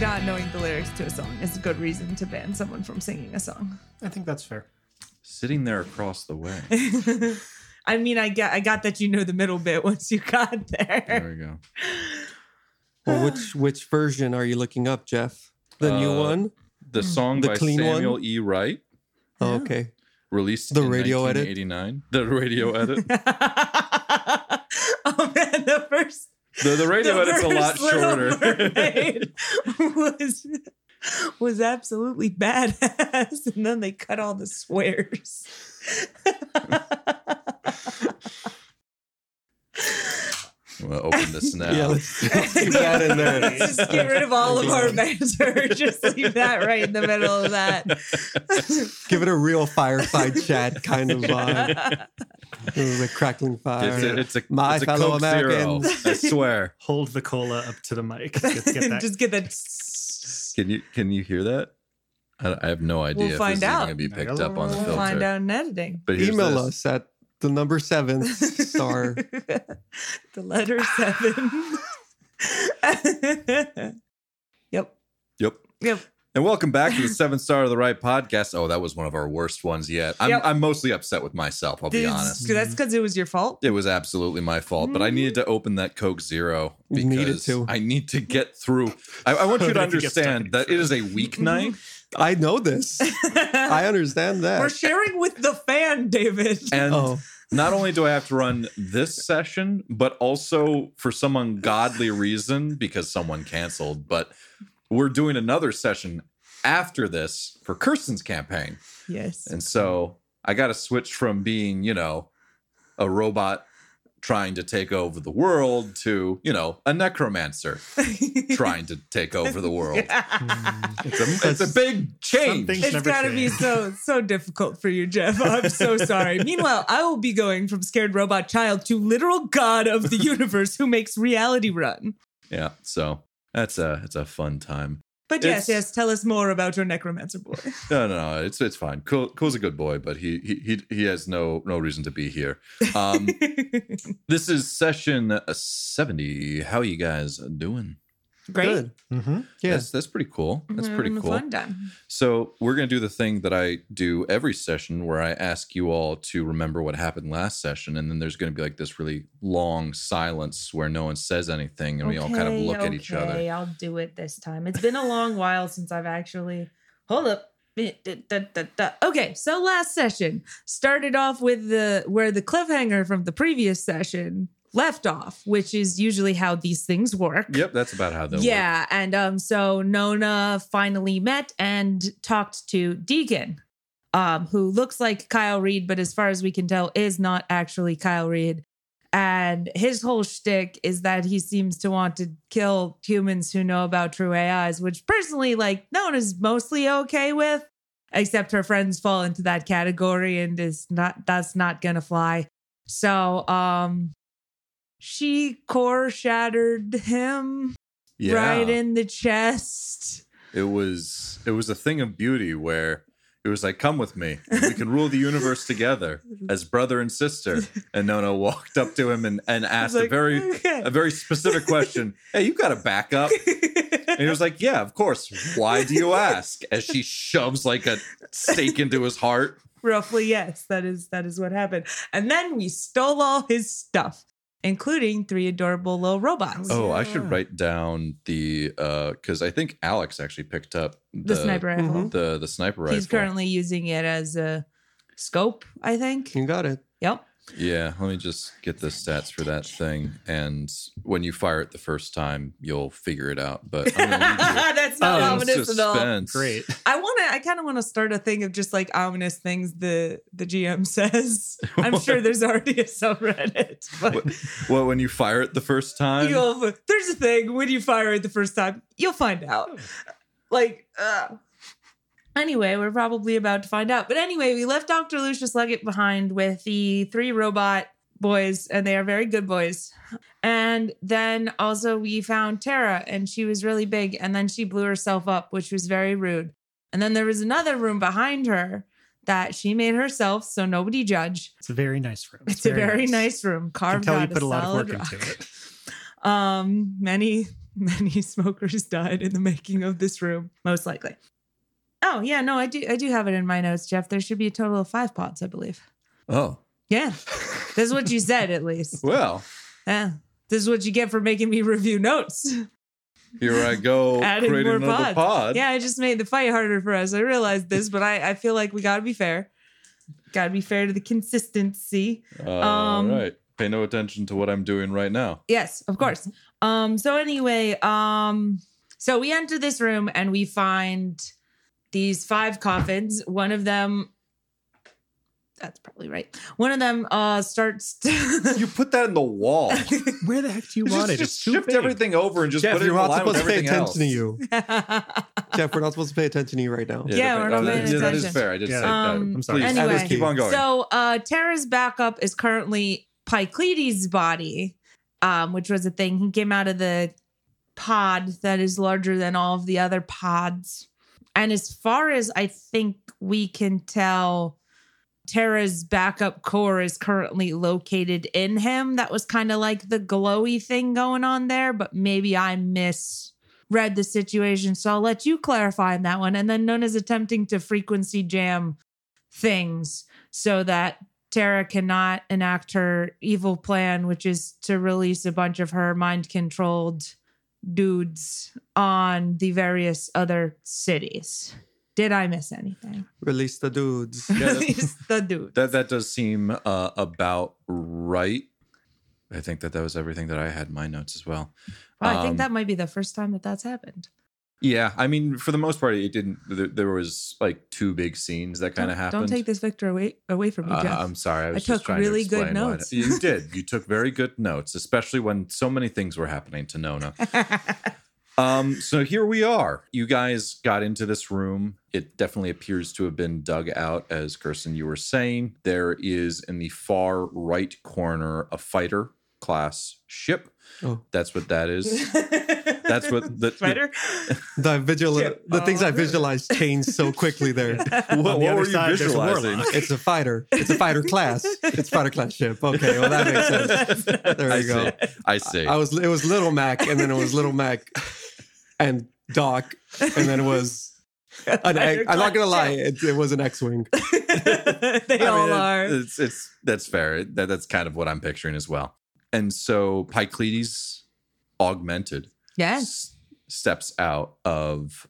not knowing the lyrics to a song is a good reason to ban someone from singing a song. I think that's fair. Sitting there across the way. I mean, I got I got that you know the middle bit once you got There there. we go. Well, which which version are you looking up, Jeff? The new Uh, one? The Mm. song The by clean one? Samuel E. Wright, Oh, okay. released The in radio edit? 1989. The radio edit. oh man, the first The, the radio the edit's a lot first Little shorter. Mermaid was was absolutely badass, and then they cut all the swears. I'm gonna open this now. Yeah, let's, let's keep that in there. Let's just get rid of all of our banter. Just leave that right in the middle of that. Give it a real fireside chat kind of vibe. Ooh, the crackling fire. It's a, it's a, My it's a fellow Coke Zero, Americans. I swear. Hold the cola up to the mic. Let's get that. just get that. Can you can you hear that? I, I have no idea if find this is out. going to be picked up on the We'll filter. find out in editing. But here's Email this. us at the number seven star. the letter seven. yep. Yep. Yep. And welcome back to the Seven Star of the Right podcast. Oh, that was one of our worst ones yet. I'm, Yep. I'm mostly upset with myself. I'll be Dude, honest. That's because it was your fault. It was absolutely my fault, but I needed to open that Coke Zero You because needed to. I need to get through. I, I want you to That could get stuck in understand that it is a Mm-hmm. weeknight, I know this. I understand We're that. sharing with the fan, David. and Oh, not only do I have to run this session, but also for some ungodly reason because someone canceled, but we're doing another session after this for Kirsten's campaign. yes. And so I got to switch from being, you know, a robot trying to take over the world to, you know, a necromancer trying to take over the world. It's a, it's a big change. Something- It's never gotta be changed. so so difficult for you, Jeff. I'm so sorry. Meanwhile, I will be going from scared robot child to literal god of the universe who makes reality run. Yeah. So that's a it's a fun time. But yes, It's- yes, tell us more about your necromancer boy. No, no, no. It's it's fine. Cool, cool's a good boy, but he he he, he has no no reason to be here. Um, this is session uh, seventy. How you guys doing? Great. good. Mm-hmm. Yes. That's that's pretty cool. That's We're pretty having a cool. Mm-hmm, Fun time. So we're gonna do the thing that I do every session, where I ask you all to remember what happened last session, and then there's gonna be like this really long silence where no one says anything, and we all kind of look at each other. Okay, I'll do it this time. It's been a long while since I've actually. Hold up. Eh, Da, da, da, da. Okay, so last session started off with the where the cliffhanger from the previous session left off, which is usually how these things work. Yep, that's about how that works. yeah, and um, so Nona finally met and talked to Deacon, um, who looks like Kyle Reed, but as far as we can tell, is not actually Kyle Reed. And his whole shtick is that he seems to want to kill humans who know about true AIs, which personally, like, Nona's mostly okay with, except her friends fall into that category and is not that's not gonna fly. So um she core shattered him Yeah. right in the chest. it was it was a thing of beauty where it was like come with me we can rule the universe together as brother and sister and nona walked up to him and, and asked a like, very "Okay." a very specific question hey you got a backup and he was like yeah of course why do you ask as she shoves like a stake into his heart Roughly, yes, that is that is what happened. And then we stole all his stuff, including three adorable little robots. oh i should write down the uh because i think alex actually picked up the, the sniper rifle. Mhm. the the sniper rifle He's currently using it as a scope, I Mm. think. You got it. Yep. Yeah, let me just get the stats for that thing. And when you fire it the first time, you'll figure it out. But I'm gonna leave you That's not Oh, in ominous at all. suspense. Great. I want to. I kind of want to start a thing of just like ominous things the the GM says. I'm sure there's already a subreddit, but Well, when you fire it the first time, you'll there's a thing when you fire it the first time you'll find out Oh. like uh anyway we're probably about to find out but anyway we left dr lucius leggett behind with the three robot boys and they are very good boys and then also we found tara and she was really big and then she blew herself up which was very rude and then there was another room behind her that she made herself so nobody judge It's a very nice room. it's, a very nice, room I can carved tell you out put of a lot of solid work rock into it. um many Many smokers died in the making of this room, most likely. Oh yeah, no, I do. I do have it in my notes, Jeff. There should be a total of five pods, I believe. Oh, Yeah, this is what you said, at least. well, Yeah, this is what you get for making me review notes. here I go Adding creating more another pods. pod. Yeah, I just made the fight harder for us. I realized this, but I, I feel like we got to be fair. Got to be fair to the consistency. All Um, right. Pay no attention to what I'm doing right now. Yes, of course. Um, so anyway, um, so we enter this room and we find these five coffins. One of them that's probably right. One of them uh starts to You put that in the wall. Where the heck do you You want just, it? just It's too shift big. everything over and just Jeff, put it you're in the not line with supposed to pay attention everything else. to you. Jeff, we're not supposed to pay attention to you right now. Yeah. we're not that- paying yeah, that is attention. fair. I did Yeah. say that. Um, I'm sorry. Please, Anyway. just keep on going. So uh Terra's backup is currently Pycleides' body, um, which was a thing. He came out of the pod that is larger than all of the other pods. And as far as I think we can tell, Terra's backup core is currently located in him. That was kind of like the glowy thing going on there, but maybe I misread the situation. So I'll let you clarify on that one. And then known as attempting to frequency jam things so that Tara cannot enact her evil plan, which is to release a bunch of her mind controlled dudes on the various other cities. Did I miss anything? Release the dudes. Yeah, that- Release the dude. that that does seem uh, about right. I think that that was everything that I had in my notes as well. Wow, I Um, think that might be the first time that that's happened. Yeah, I mean, for the most part, it didn't. There, there was like two big scenes that kind of Don't- happened. Don't take this victor away away from me, Uh, Jeff. I'm sorry. I was took just trying really to good explain why- notes. you did. You took very good notes, especially when so many things were happening to Nona. um, so here we are. You guys got into this room. It definitely appears to have been dug out, as Gerson, you were saying. There is in the far right corner a fighter class ship. Oh. That's what that is. That's what the, Spider? The visual, Yeah. the things I Oh. visualized changed so quickly there. What, On the what other were you side, there's a visualizing? warlock. It's a fighter. It's a fighter class. It's fighter class ship. Okay, well that makes sense. There I you go. See. I see. I was it was Little Mac, and then it was Little Mac and Doc, and then it was an egg. I'm not gonna lie, it, it was an X-wing. they I all mean, it- are. It's, it's that's fair. That, that's kind of what I'm picturing as well. And so Pycleides, augmented, yes. s- steps out of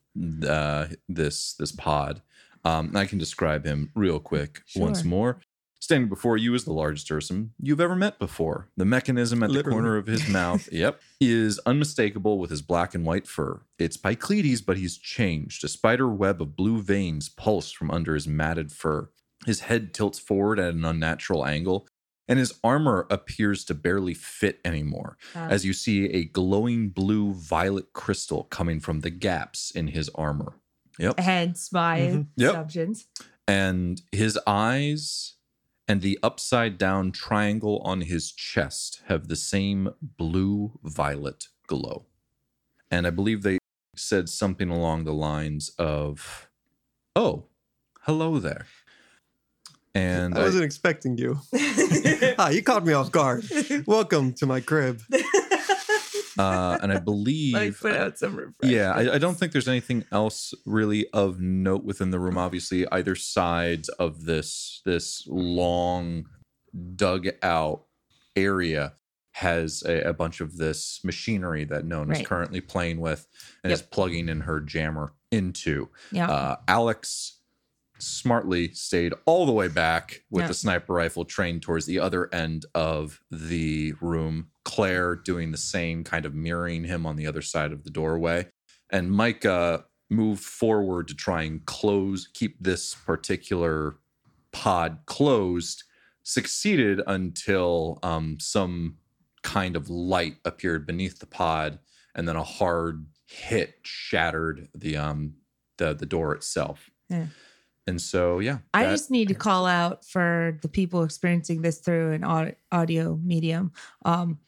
uh, this this pod. Um, and I can describe him real quick once Sure. more. Standing before you is the largest Ursum you've ever met before. The mechanism at Literally. the corner of his mouth, yep, is unmistakable with his black and white fur. It's Pycleides, but he's changed. A spider web of blue veins pulse from under his matted fur. His head tilts forward at an unnatural angle, and his armor appears to barely fit anymore Ah. as you see a glowing blue violet crystal coming from the gaps in his armor. Yep. Hence my Mhm. Yep. assumptions. And his eyes and the upside down triangle on his chest have the same blue violet glow. And I believe they said something along the lines of, Oh, hello there. And I I- wasn't expecting you. ah, you caught me off guard. Welcome to my crib. uh, and I Like believe put out some refreshments. Yeah, I, I don't think there's anything else really of note within the room. Obviously, either sides of this this long dug out area has a, a bunch of this machinery that Nona's Right. currently playing with and is Yep. plugging in her jammer into. Yeah. Uh, Alex smartly stayed all the way back with Yeah. the sniper rifle trained towards the other end of the room. Claire doing the same, kind of mirroring him on the other side of the doorway. And Micah moved forward to try and close, keep this particular pod closed, succeeded until um, some kind of light appeared beneath the pod, and then a hard hit shattered the um the the door itself. Yeah. And so yeah, I that- just need to call out for the people experiencing this through an au- audio medium. Um,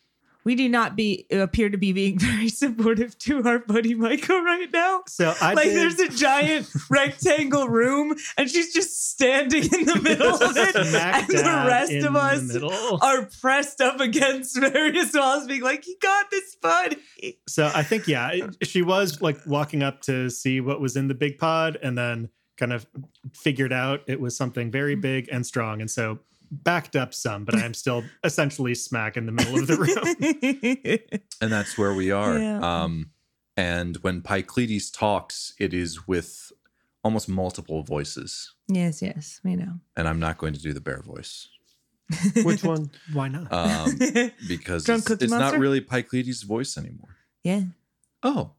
we do not be appear to be being very supportive to our buddy Michael right now. So I like did- there's a giant rectangle room and she's just standing in the middle of it smack and the dab rest in of the us middle. are pressed up against various walls being like you got this buddy So I think yeah, it- she was like walking up to see what was in the big pod, and then kind of figured out it was something very big and strong, and so backed up some. But I'm still essentially smack in the middle of the room. and that's where we are. Yeah. Um, and when Pycleides talks, it is with almost multiple voices, yes yes we know and I'm not going to do the bear voice Which one? Why not? um, because Drunk it's, Cookie it's not Monster? really Pycleides' voice anymore. yeah Oh,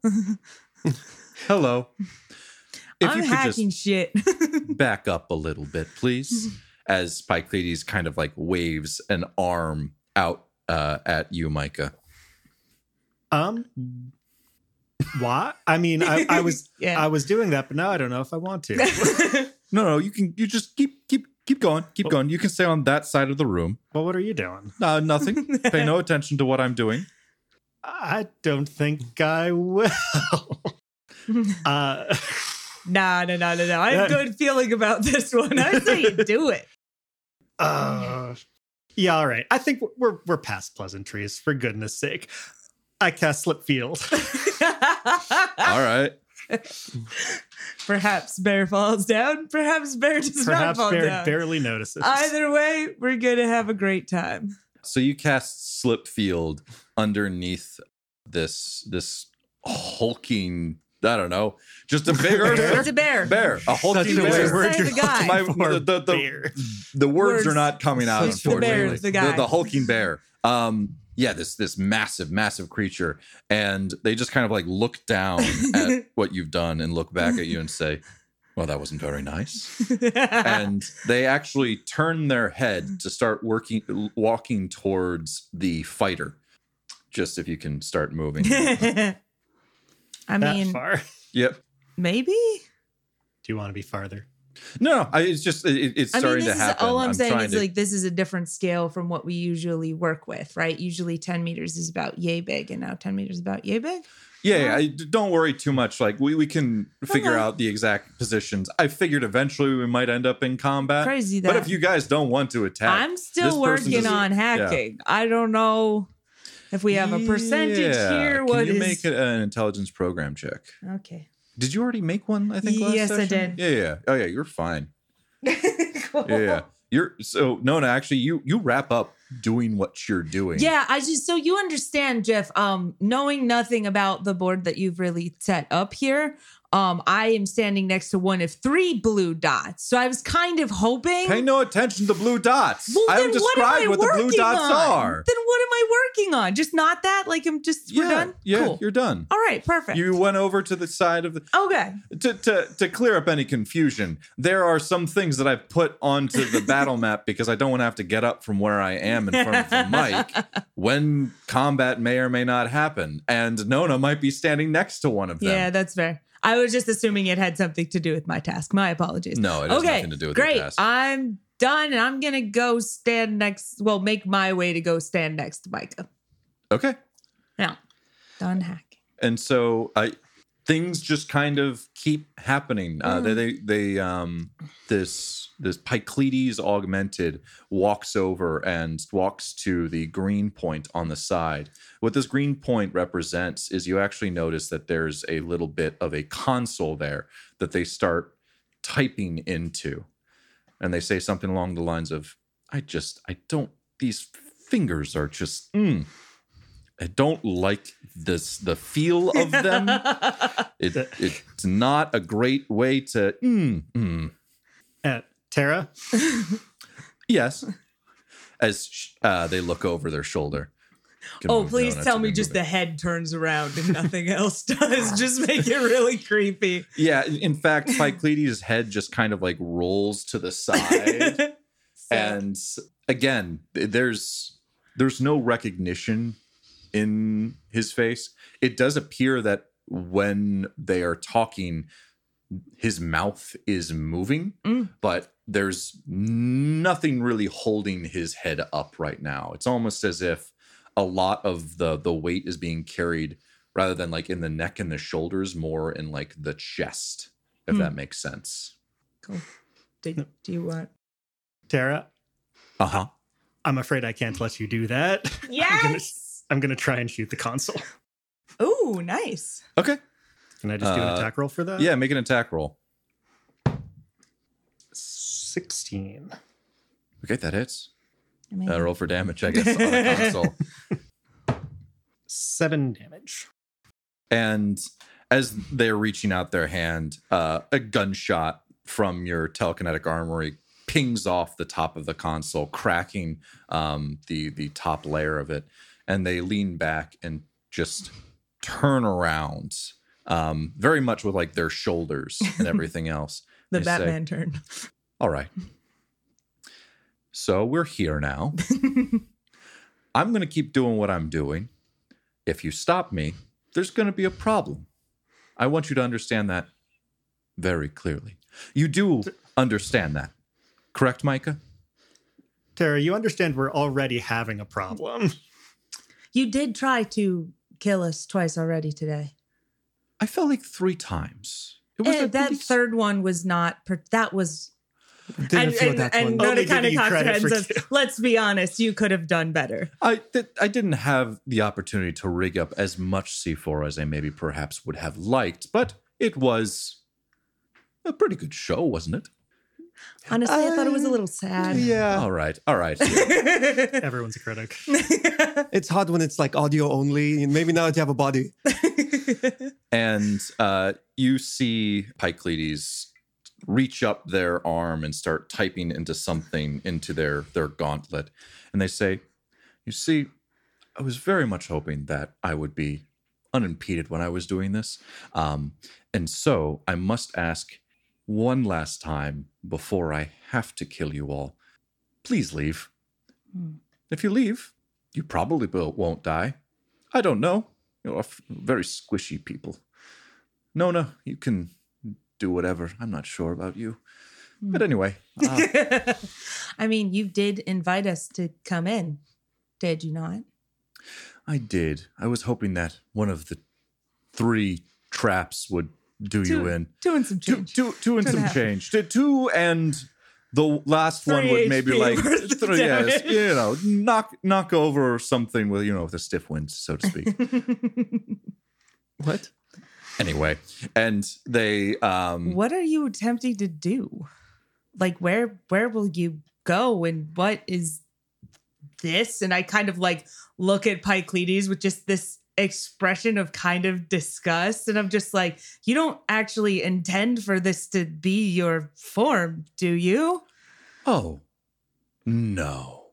hello. If i'm you could just hacking shit back up a little bit, please, as Pycleides kind of like waves an arm out uh, at you, Micah. Um, why? I mean, I, I was yeah I was doing that, but now I don't know if I want to. No, no, you can. You just keep, keep, keep going, keep Well- going. You can stay on that side of the room. Well, what are you doing? Uh, nothing. Pay no attention to what I'm doing. I don't think I will. uh, nah nah nah nah nah i have Yeah. good feeling about this one i say you do it uh, yeah, all right. I think we're we're past pleasantries. For goodness' sake, I cast slip field. All right. perhaps bear falls down perhaps bear does not Perhaps fall Bear down barely notices. either way we're gonna have a great time So you cast slip field underneath this this hulking. I don't know, just a bigger bear. it's a bear A hulking a bear. weird word. Say the guy. My- looking the- for, the- the- bear. The words, Words. are not coming out. It's the bear, unfortunately. it's the guy. the hulking bear. Um, yeah, this this massive, massive creature, and they just kind of like look down at what you've done and look back at you and say, "Well, that wasn't very nice." and they actually turn their head to start working walking towards the fighter just if you can start moving I That mean, far. yep maybe. Do you want to be farther? no I, it's just it, it's I mean, this starting to is happen all I'm, saying trying is to- like this is a different scale from what we usually work with, right? Usually, 10 meters is about yay big, and now 10 meters is about yay big. yeah yeah, I, don't worry too much like we, we can figure Okay. out the exact positions i figured eventually we might end up in combat Crazy that. but Uh, if you guys don't want to attack I'm this still person working just- on hacking. I don't know if we have a percentage Yeah. here. can What you is- make it an intelligence program check okay? did you already make one i think last Yes, I session? did. yeah yeah oh yeah you're fine yeah, yeah. You're so Nona. Actually, you you wrap up doing what you're doing. Yeah, I just so you understand, Jeff. Um, knowing nothing about the board that you've really set up here, um, I am standing next to one of three blue dots. So I was kind of hoping. Pay no attention to blue dots. Well, I then have what am I described what, the blue working dots on? are. Then what am I working on? Just not that. Like I'm just we're yeah, done. yeah, cool. you're done. All right, perfect. You went over to the side of the okay. to, to to clear up any confusion. There are some things that I've put onto the battle map because I don't want to have to get up from where I am in front of the mic when combat may or may not happen. And Nona might be standing next to one of them. Yeah, that's fair. I was just assuming it had something to do with my task. My apologies. no, it has okay, nothing to do with great. your past. I'm done, and I'm gonna go stand next. Well, make my way to go stand next to Micah. okay. Done hacking. and so I things just kind of keep happening. Uh, they, they they um this this Pycleides augmented walks over and walks to the green point on the side. What this green point represents is you actually notice that there's a little bit of a console there that they start typing into. And they say something along the lines of, I just, I don't, these fingers are just, mm, I don't like this, the feel of them. it, it's not a great way to, mm, mm. Uh, Tara, yes. As sh- uh, they look over their shoulder. Can Oh, move please down, tell that's a me good just movie. the head turns around and nothing else does. Just make it really creepy. Yeah, in- in fact, Pycleides' head just kind of like rolls to the side. and s- again th- there's there's no recognition in his face it does appear that when they are talking his mouth is moving Mm. but there's nothing really holding his head up right now it's almost as if a lot of the the weight is being carried rather than like in the neck and the shoulders, more in like the chest, if Hmm. that makes sense. Do, do you want? Tara, Uh-huh. I'm afraid I can't let you do that. I'm gonna, Yes. I'm gonna try and shoot the console. Oh, nice. Okay. Can I just do an Uh, attack roll for that? Yeah, make an attack roll. 16. Okay, that hits. I mean, Uh, roll for damage, I guess, on a console. Seven damage. And as they're reaching out their hand, uh, a gunshot from your telekinetic armory pings off the top of the console, cracking um, the the top layer of it. And they lean back and just turn around, um, very much with like their shoulders and everything else. the I say- Batman turn. All right. So we're here now. I'm going to keep doing what I'm doing. If you stop me, there's going to be a problem. I want you to understand that very clearly. You do understand that, correct, Micah? Tara, you understand we're already having a problem. You did try to kill us twice already today. I fell like three times. It Eh, a that pretty- third one was not. Per- that was. Didn't feel that and one. Oh, Nona Only kind giving of you cocks her credit head and for says, two. "Let's be honest. You could have done better." I th- I didn't have the opportunity to rig up as much C4 as I maybe perhaps would have liked, but it was a pretty good show, wasn't it? Honestly, I, thought it was a little sad. yeah. All right, all right. Everyone's a critic. It's hard when it's like audio only. and Maybe now you have a body. and uh, you see Picleides reach up their arm and start typing into something into their their gauntlet, and they say, "You see, I was very much hoping that I would be unimpeded when I was doing this, um, and so I must ask one last time before I have to kill you all. Please leave. If you leave, you probably will- won't die. I don't know." You're f- very squishy people. Nona, you can do whatever. I'm not sure about you. But anyway, uh, I mean, you did invite us to come in, did you not? I did. I was hoping that one of the three traps would do you in. Two and some Two, change. two, two and Two and a some half. change. Two- Two and the last one Three would maybe HP like worth of three, yes, damage. you know, knock knock over something with you know with a stiff wind, so to speak. Mm. What? anyway, and they um what are you attempting to do? Like, where where will you go, and what is this? And I kind of like look at Picleides with just this expression of kind of disgust, and I'm just like, you don't actually intend for this to be your form, do you? Oh, no.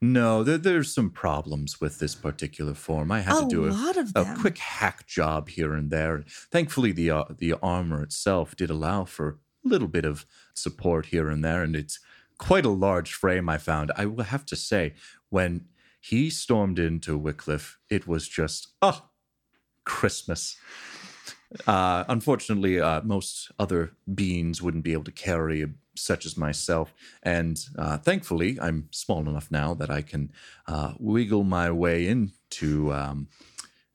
No, there, there's some problems with this particular form. I had A to do a, lot of a them. quick hack job here and there. Thankfully, the, uh, the armor itself did allow for a little bit of support here and there, and it's quite a large frame I found. I will have to say, when he stormed into Wycliffe, it was just, oh, Christmas. Uh, unfortunately, uh, most other beings wouldn't be able to carry such as myself. And uh, thankfully, I'm small enough now that I can uh, wiggle my way into um,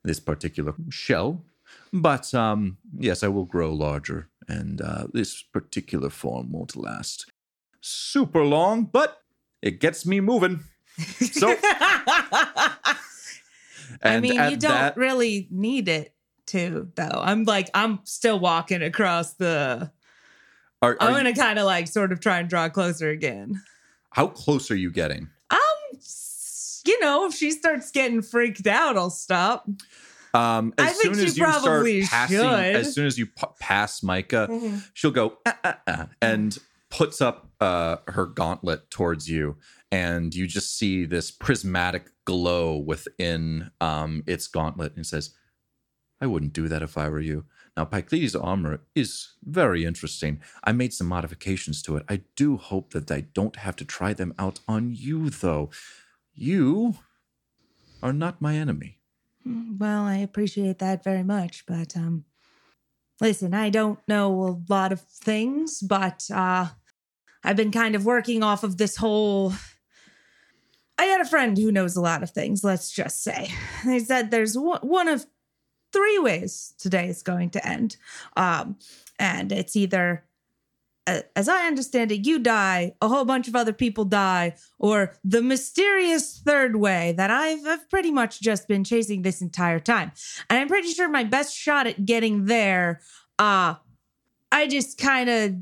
this particular shell. But um, yes, I will grow larger, and uh, this particular form won't last super long, but it gets me moving. So, and I mean, you at don't that- really need it to, though. I'm like, I'm still walking across the. are- are I'm you- gonna kind of like sort of try and draw closer again. how close are you getting? S- You know, if she starts getting freaked out, I'll stop. Um, as I think soon you as you start probably passing, should. as soon as you p- pass Micah, she'll go "Ah, ah, ah," and puts up uh, her gauntlet towards you, and you just see this prismatic glow within um, its gauntlet, and says, "I wouldn't do that if I were you." Now, Picleides' armor is very interesting. I made some modifications to it. I do hope that I don't have to try them out on you, though. You are not my enemy. Mm, Well, I appreciate that very much, but um, listen, I don't know a lot of things, but uh, I've been kind of working off of this whole. I I had a friend who knows a lot of things, let's just say. They said there's one one of three ways today is going to end. Um, and it's either, a- as I understand it, you die, a whole bunch of other people die, or the mysterious third way that I've, I've pretty much just been chasing this entire time. And I'm pretty sure my best shot at getting there, uh, I just kind of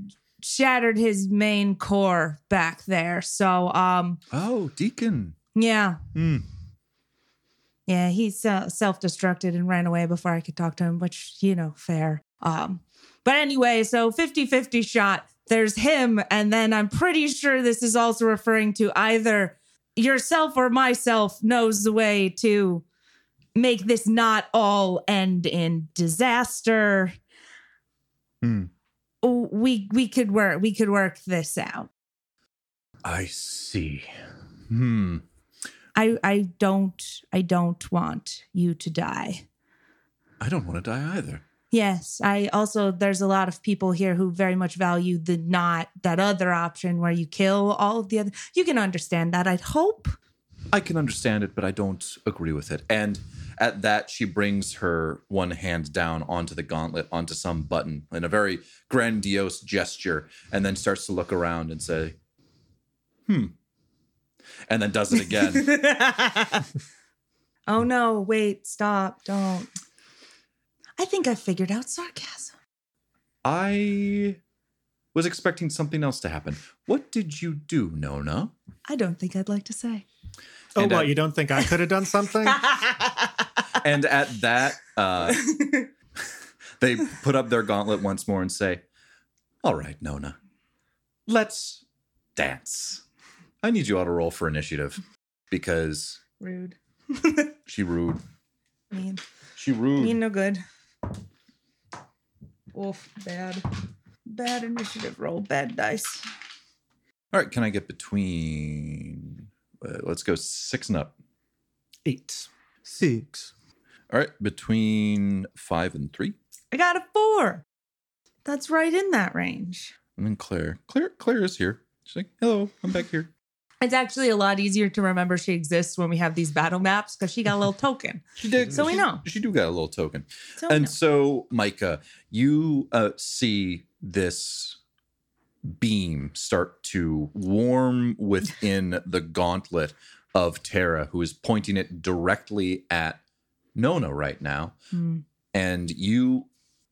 shattered his main core back there. So, um, Oh, Deacon. yeah, Hmm. yeah, he se- self-destructed and ran away before I could talk to him, which, you know, fair. Um, but anyway, so 50-50 shot. There's him, and then I'm pretty sure this is also referring to either yourself or myself knows the way to make this not all end in disaster. Hmm. Oh, We we could work we could work this out. I see. Hmm. I I don't I don't want you to die. I don't want to die either. Yes, I also there's a lot of people here who very much value the not that other option where you kill all of the other. You can understand that, I'd hope. I can understand it, but I don't agree with it. And at that, she brings her one hand down onto the gauntlet, onto some button in a very grandiose gesture, and then starts to look around and say, hmm. And then does it again. Oh no, wait, stop, don't. I think I figured out sarcasm. I was expecting something else to happen. What did you do, Nona? I don't think I'd like to say. Oh, And, uh, what? You don't think I could have done something? and at that, uh, they put up their gauntlet once more and say, All right, Nona, let's dance. I need you all to roll for initiative because Rude. she rude. Mean. She rude. Mean no good. Oof, bad. Bad initiative roll, bad dice. all right, can I get between? Uh, let's go six and up. Eight. Six. All right, between five and three. I got a four. That's right in that range. And then Claire. Claire, Claire is here. She's like, hello, I'm back here. It's actually a lot easier to remember she exists when we have these battle maps because she got a little token. She did. So we she- know. She do got a little token. So and so, Micah, you uh, see this beam start to warm within the gauntlet of Terra, who is pointing it directly at Nona right now. Mm. And you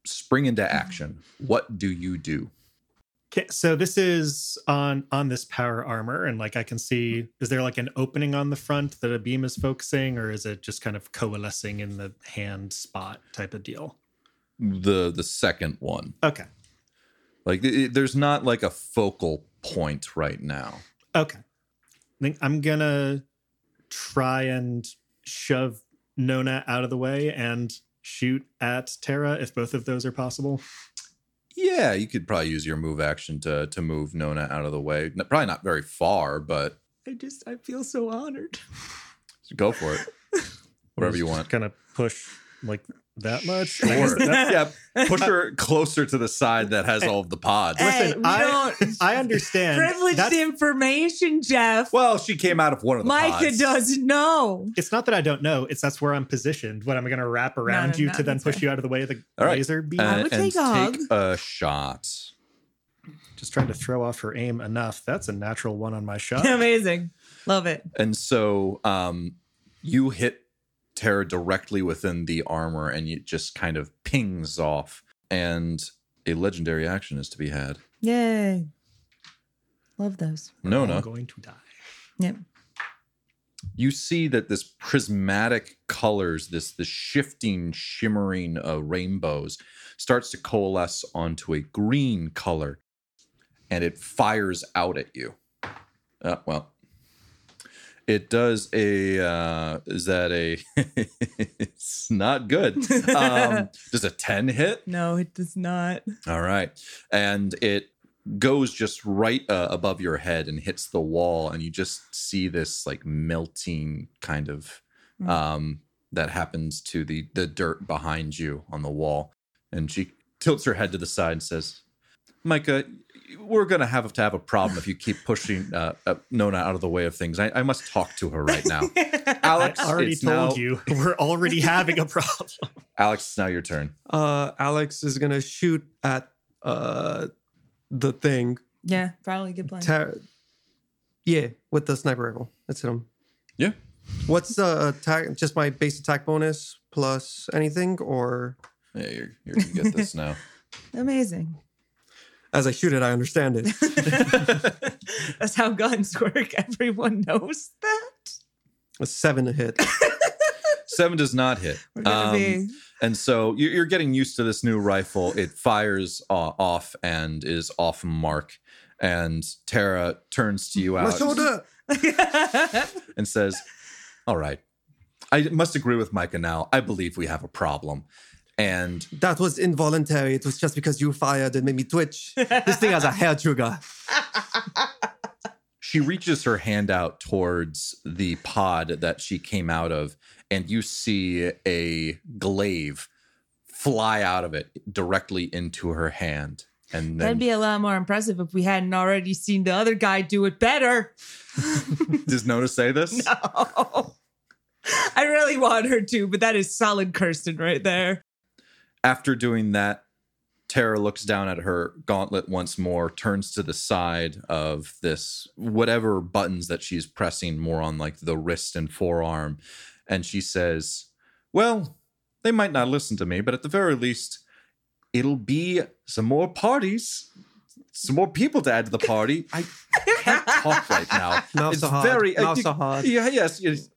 spring into action. What do you do? Okay, so this is on on this power armor, and like I can see, is there like an opening on the front that a beam is focusing, or is it just kind of coalescing in the hand spot type of deal? The the second one. Okay, Like it- it- there's not like a focal point right now. okay. I think I'm gonna try and shove Nona out of the way and shoot at Terra if both of those are possible. Yeah, you could probably use your move action to to move Nona out of the way. N- Probably not very far, but I just I feel so honored. go for it. Whatever you want. Kind of push like that much. I guess Sure. that- yeah, push her closer to the side that has all of the pods. Hey. listen, we I- don't I understand. privileged That's- information, Jeff. Well, she came out of one of the Micah pods. doesn't know. It's not that I don't know. It's that's where I'm positioned. What am I going to wrap around no, you no, to then that's push fair. you out of the way of the All right. laser beam? I Uh, would and take a take a shot. Just trying to throw off her aim enough. That's a natural one on my shot. Amazing. Love it. And so um, you hit Terra directly within the armor, and it just kind of pings off. And a legendary action is to be had. Yay. Love those. I'm Nona, going to die. you see that this prismatic colors, this this shifting, shimmering uh, rainbows, starts to coalesce onto a green color, and it fires out at you. Uh, well, it does a. Uh, is that a? it's not good. Um, does a ten hit? No, it does not. All right. And it goes just right uh, above your head and hits the wall and you just see this like melting kind of Mm. um that happens to the the dirt behind you on the wall. And she tilts her head to the side and says, "Micah, we're going to have to have a problem if you keep pushing uh, uh, Nona out of the way of things. I, I must talk to her right now. Alex, I already it's told now, you we're already having a problem. Alex, it's now your turn. Uh, Alex is gonna shoot at uh, the thing. Yeah, probably good plan. Ta- yeah, with the sniper rifle. That's him. Yeah. What's the attack? Just my base attack bonus plus anything, or Yeah, you're, you're going to get this now. Amazing. as I shoot it, I understand it. That's how guns work. Everyone knows that. A seven to hit. Seven does not hit. We're gonna Um, be And so you- you're getting used to this new rifle. It fires uh, off and is off mark. And Tara turns to you, My Alex, shoulder. Um, and says, All right, I must agree with Micah now. I believe we have a problem. And That was involuntary. It was just because you fired and made me twitch. This thing has a hair trigger. she reaches her hand out towards the pod that she came out of, and you see a glaive fly out of it directly into her hand. And That'd then be a lot more impressive if we hadn't already seen the other guy do it better. does Nona say this? No. I really want her to, but that is solid Kirsten right there. After doing that, Tara looks down at her gauntlet once more, turns to the side of this whatever buttons that she's pressing more on, like the wrist and forearm, and she says, Well, they might not listen to me, but at the very least, it'll be some more parties, some more people to add to the party. I can't talk right now. Mouth's It's so hard. very- uh, I Mouth's think- so hard. Yeah, yes, yes.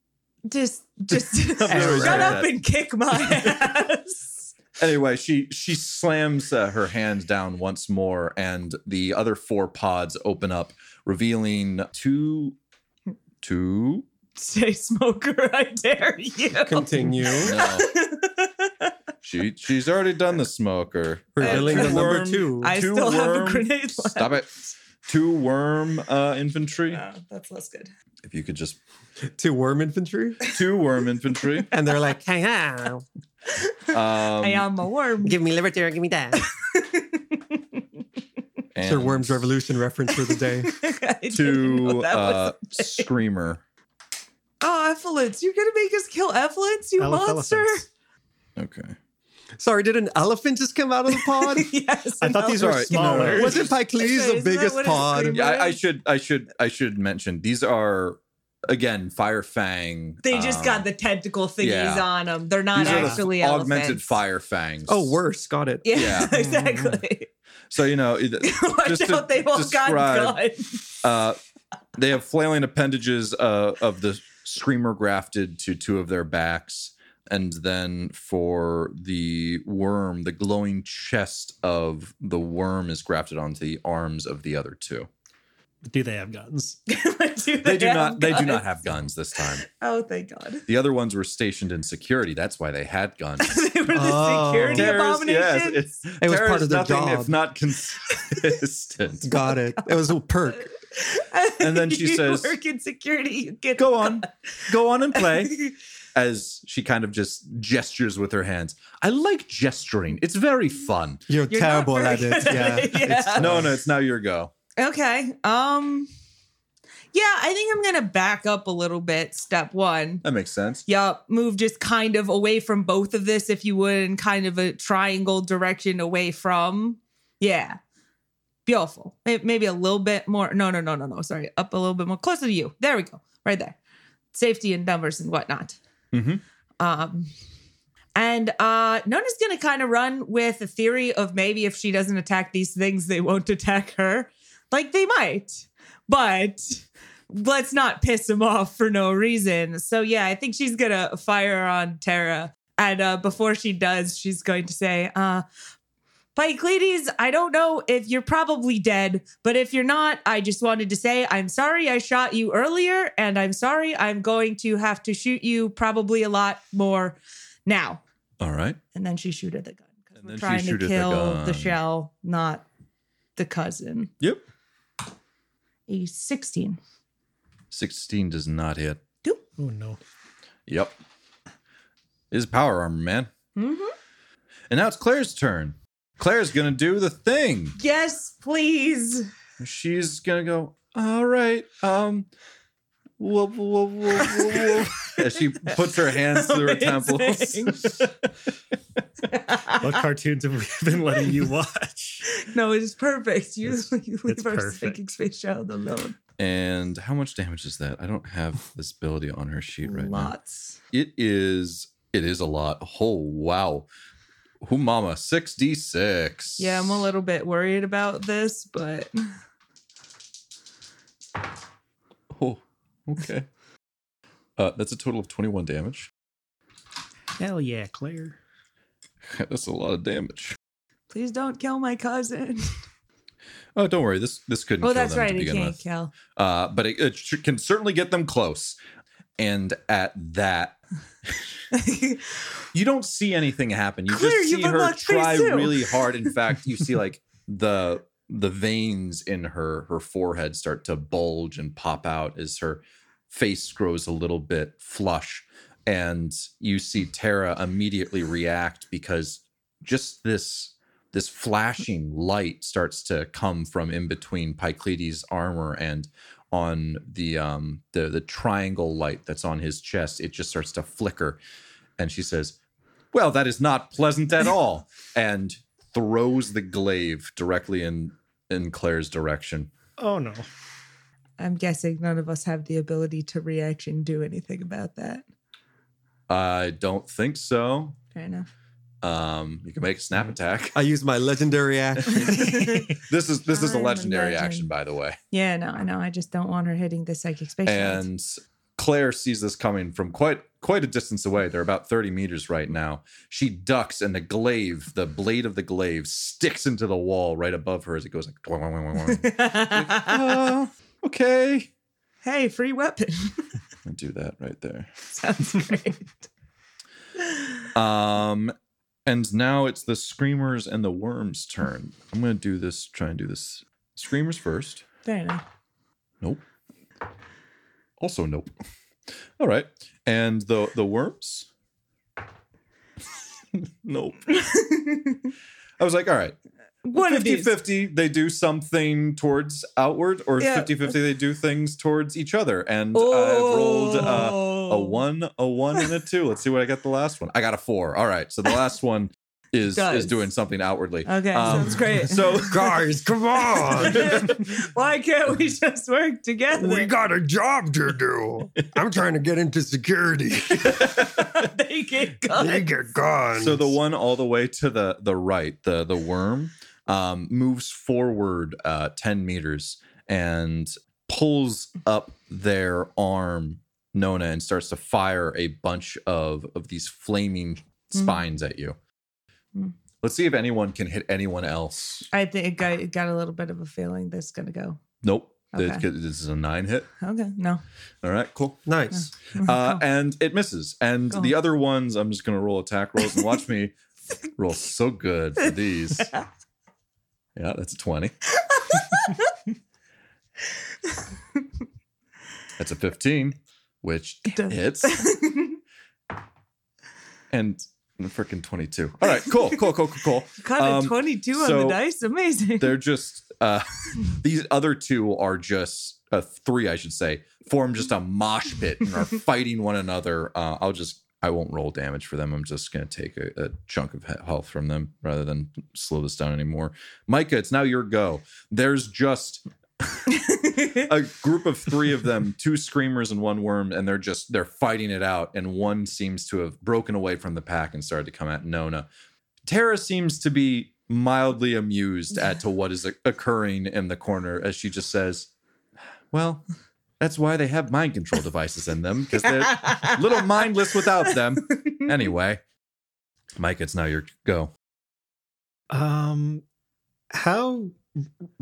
Just, just very shut sorry. up and kick my ass. anyway, she she slams uh, her hand down once more, and the other four pods open up, revealing two, two. Say, smoker, I dare you. Continue. No, she she's already done the smoker. Revealing Uh, the number worm- two. I two still have a worm- grenade left. Stop it. Two worm uh, infantry. Oh, that's less good. If you could just to worm infantry. two worm infantry. And they're like, hey, ah, I Um, am a worm. give me liberty or give me that. and Sir Worm's Revolution reference for the day. I didn't know Two that was- uh, screamer. oh, Effelence, you're gonna make us kill Effelence, you Ele- monster. elephants. Okay. Sorry, did an elephant just come out of the pod? yes, I thought no. these were Sorry, smaller. no. Wasn't Pycles the Isn't that biggest what it's pod? screaming? Yeah, I, I should I should I should mention these are again Fire Fang. They just um, got the tentacle thingies yeah. on them. They're not These are the actually augmented elephants. fire fangs. Oh, worse. Got it. Yeah, Yeah. exactly. So you know, it- Watch Just to out, they all got describe- guns. uh, they have flailing appendages uh, of the screamer grafted to two of their backs, and then for the worm, the glowing chest of the worm is grafted onto the arms of the other two. Do they have guns? do They do have not. They do guns? not have guns this time. Oh, thank God. The other ones were stationed in security. That's why they had guns. they were the Oh. security Terrorist- yes, abominations. it's- It was terror part is of their nothing job. If not consistent, Got it. It was a perk. And then she You says- "Work in security. You get go on, go on and play. As she kind of just gestures with her hands. I like gesturing. It's very fun. You're, You're not terrible very at it. good at Yeah. it, It's, yeah. No, no, it's now your go. Okay. Um. Yeah, I think I'm gonna back up a little bit. Step one. That makes sense. Yup. Move just kind of away from both of this, if you would, in kind of a triangle direction away from. Yeah. Beautiful. May- Maybe a little bit more. No, no, no, no, no. Sorry. Up a little bit more. Closer to you. There we go. Right there. Safety and numbers and whatnot. Mhm. Um, and uh, Nona's going to kind of run with a theory of maybe if she doesn't attack these things, they won't attack her. Like they might, but let's not piss them off for no reason. So yeah, I think she's going to fire on Terra. And uh, before she does, she's going to say, uh, Pykleides, I don't know if you're probably dead, but if you're not, I just wanted to say I'm sorry I shot you earlier, and I'm sorry I'm going to have to shoot you probably a lot more now. All right. And then she shoot at the gun because And we're then she trying to shoot at the kill the, gun. shell, not the cousin. Yep. A 16. 16 does not hit. Oh no. Yep. It is power armor, man. hmm And now it's Claire's turn. Claire's gonna do the thing. Yes, please. She's gonna go. All right. Um. Whoa, whoa, whoa, whoa, whoa. As she puts her hands through her temples. What cartoons have we been letting you watch? No, it's perfect. You, It's- you leave it's our perfect. thinking space child alone. And how much damage is that? I don't have this ability on her sheet right now. Lots. It is. It is a lot. Oh wow. Who mama? Six d six. Yeah, I'm a little bit worried about this, but Oh, okay. Uh, that's a total of twenty-one damage. Hell yeah, Claire. that's a lot of damage. please don't kill my cousin. Oh, don't worry. This this couldn't. Oh, kill that's them right. To It begin can't with. kill. uh, but it, it sh- can certainly get them close. And at that, you don't see anything happen. You Claire, just see you've her unlocked phase try two. really hard. In fact, you see like the the veins in her her forehead start to bulge and pop out as her face grows a little bit flush. And you see Tara immediately react because just this this flashing light starts to come from in between Pycleides' armor and on the um the the triangle light that's on his chest. It just starts to flicker, and she says, "Well, that is not pleasant at all," and throws the glaive directly in in Claire's direction. Oh no. I'm guessing none of us have the ability to reaction do anything about that. I don't think so. Fair enough. Um, you can make a snap attack. I use my legendary action. This is this is a I'm legendary imagining. action, by the way. yeah, no, I know. I just don't want her hitting the psychic space. shield. and Claire sees this coming from quite quite a distance away. They're about 30 meters right now. She ducks and the glaive, the blade of the glaive sticks into the wall right above her as it goes like "Twang, twang, twang, twang, twang." Uh, okay. hey, free weapon. I do that right there. Sounds great. Um and now it's the screamers and the worms turn. I'm going to do this try and do this screamers first. Fair enough. Nope. Also nope. All right. And the the worms? nope. I was like, all right. One of 50 these. 50 they do something towards outward or Yeah. 50 50 they do things towards each other and i've rolled uh, a Oh. one a one and a two let's see what i got the last one i got a four all right so the last one is Does. is doing something outwardly Okay, Um, sounds great. so Guys, come on. Why can't we just work together? We got a job to do. I'm trying to get into security. they get They guns. get gone. So the one all the way to the the right, the the worm, um, moves forward uh, ten meters and pulls up their arm, Nona, and starts to fire a bunch of of these flaming Hmm. spines at you. Mm. Let's see if anyone can hit anyone else. I think it got, it got a little bit of a feeling this is gonna go. Nope. Okay. This is a nine hit. Okay, no. All right, cool. nice. Uh, and it misses. And Oh, Cool. the other ones, I'm just going to roll attack rolls and watch me roll so good for these. Yeah, that's a 20. that's a 15, which does. hits. and a freaking 22. All right, cool, cool, cool, cool, cool. Got Um, a 22 on so- the dice. Amazing. They're just, uh, these other two are just, uh, three, I should say, form just a mosh pit and are fighting one another. Uh, I'll just, I won't roll damage for them. I'm just going to take a, a chunk of he- health from them rather than slow this down anymore. Micah, it's now your go. There's just a group of three of them, two screamers and one worm, and they're just they're fighting it out. And one seems to have broken away from the pack and started to come at Nona. Tara seems to be mildly amused at to what is occurring in the corner as she just says, "Well, that's why they have mind control devices in them because they're a little mindless without them." Anyway, Mike, it's now your go. Um, how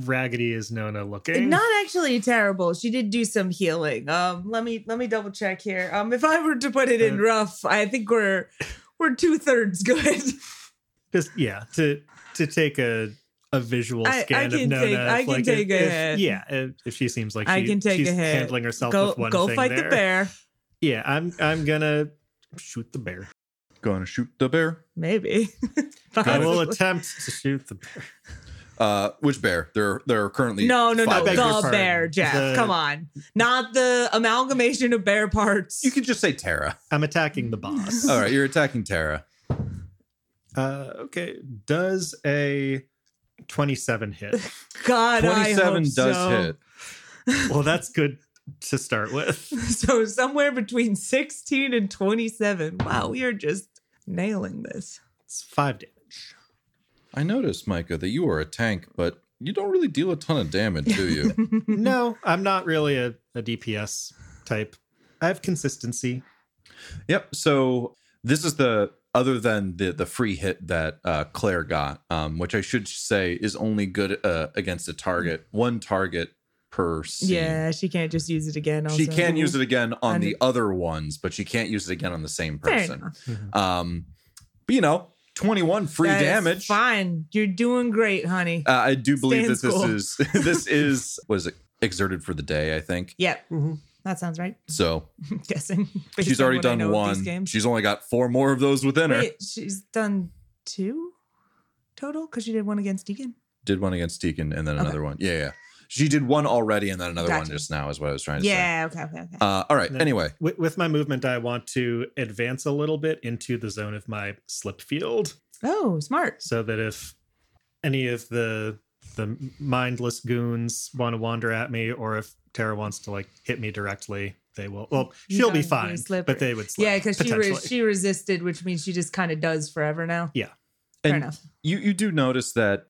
raggedy is Nona looking? Not actually terrible. She did do some healing. Um, let me let me double check here. Um, if I were to put it in Uh, rough, I think we're we're two thirds good. Just yeah, to to take a a visual I- I scan of can Nona. take- I if, can like, take a if- hit. Yeah, if, if she seems like I she- can take she's a hit. handling herself go with one go thing fight there. the bear. Yeah, I'm I'm gonna shoot the bear. Gonna shoot the bear. Maybe. I will attempt to shoot the bear. Uh, which bear? There, there are currently No, no, no. five beg your The pardon. bear, Jeff. The- Come on. Not the amalgamation of bear parts. You could just say Tara. I'm attacking the boss. All right, you're attacking Tara. Uh, okay. Does a 27 hit? God, I hope Twenty-seven does so. hit. well, that's good to start with. So somewhere between 16 and 27. Wow, we are just nailing this. It's five damage. I noticed, Micah, that you are a tank, but you don't really deal a ton of damage, do you? no, I'm not really a, a DPS type. I have consistency. yep. So this is the other than the the free hit that uh, Claire got, um, which I should say is only good uh, against a target, one target per. Scene. Yeah, she can't just use it again. Also. She can use it again on And- the other ones, but she can't use it again on the same Fair person. enough. Um, but you know, twenty-one free That is damage. Fine. You're doing great, honey. Uh, I do believe in that this school. is this is what is it exerted for the day. I think yep. Mhm. That sounds right. so. I'm guessing. based she's on already what I know done of these one. games. She's only got four more of those within her. Wait, she's done two total because she did one against Deacon. Did one against Deacon and then another one. Yeah, yeah. She did one already and then another one Gotcha. just now is what I was trying to say. Yeah. Okay. Okay. Okay. Uh, all right. No. Anyway, With, with my movement, I want to advance a little bit into the zone of my slip field oh, smart. so that if any of the the mindless goons want to wander at me or if Tara wants to like hit me directly, they will. Well, You she'll guys will be be fine, slippery. but they would slip. Yeah, because she re- potentially. she resisted, which means she just kind of does forever now. Fair and enough. you you do notice that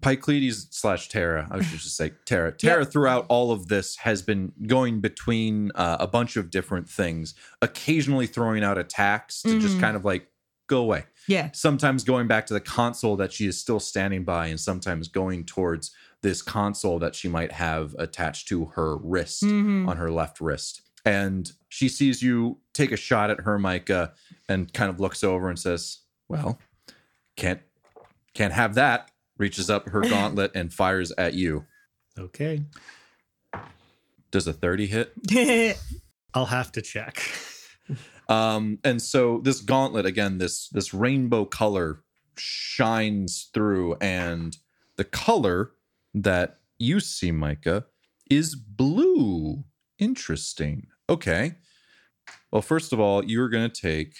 Pycleides slash Terra, I should just say Terra. Terra throughout all of this has been going between uh, a bunch of different things, occasionally throwing out attacks to just Mhm. kind of like go away. Yeah. sometimes going back to the console that she is still standing by and sometimes going towards this console that she might have attached to her wrist Mhm. on her left wrist and she sees you take a shot at her micah and kind of looks over and says well can't can't have that reaches up her gauntlet and fires at you Okay. does a 30 hit I'll have to check. Um, and so this gauntlet again, this this rainbow color shines through, and the color that you see, Micah, is blue. Interesting. Okay. Well, first of all, you're going to take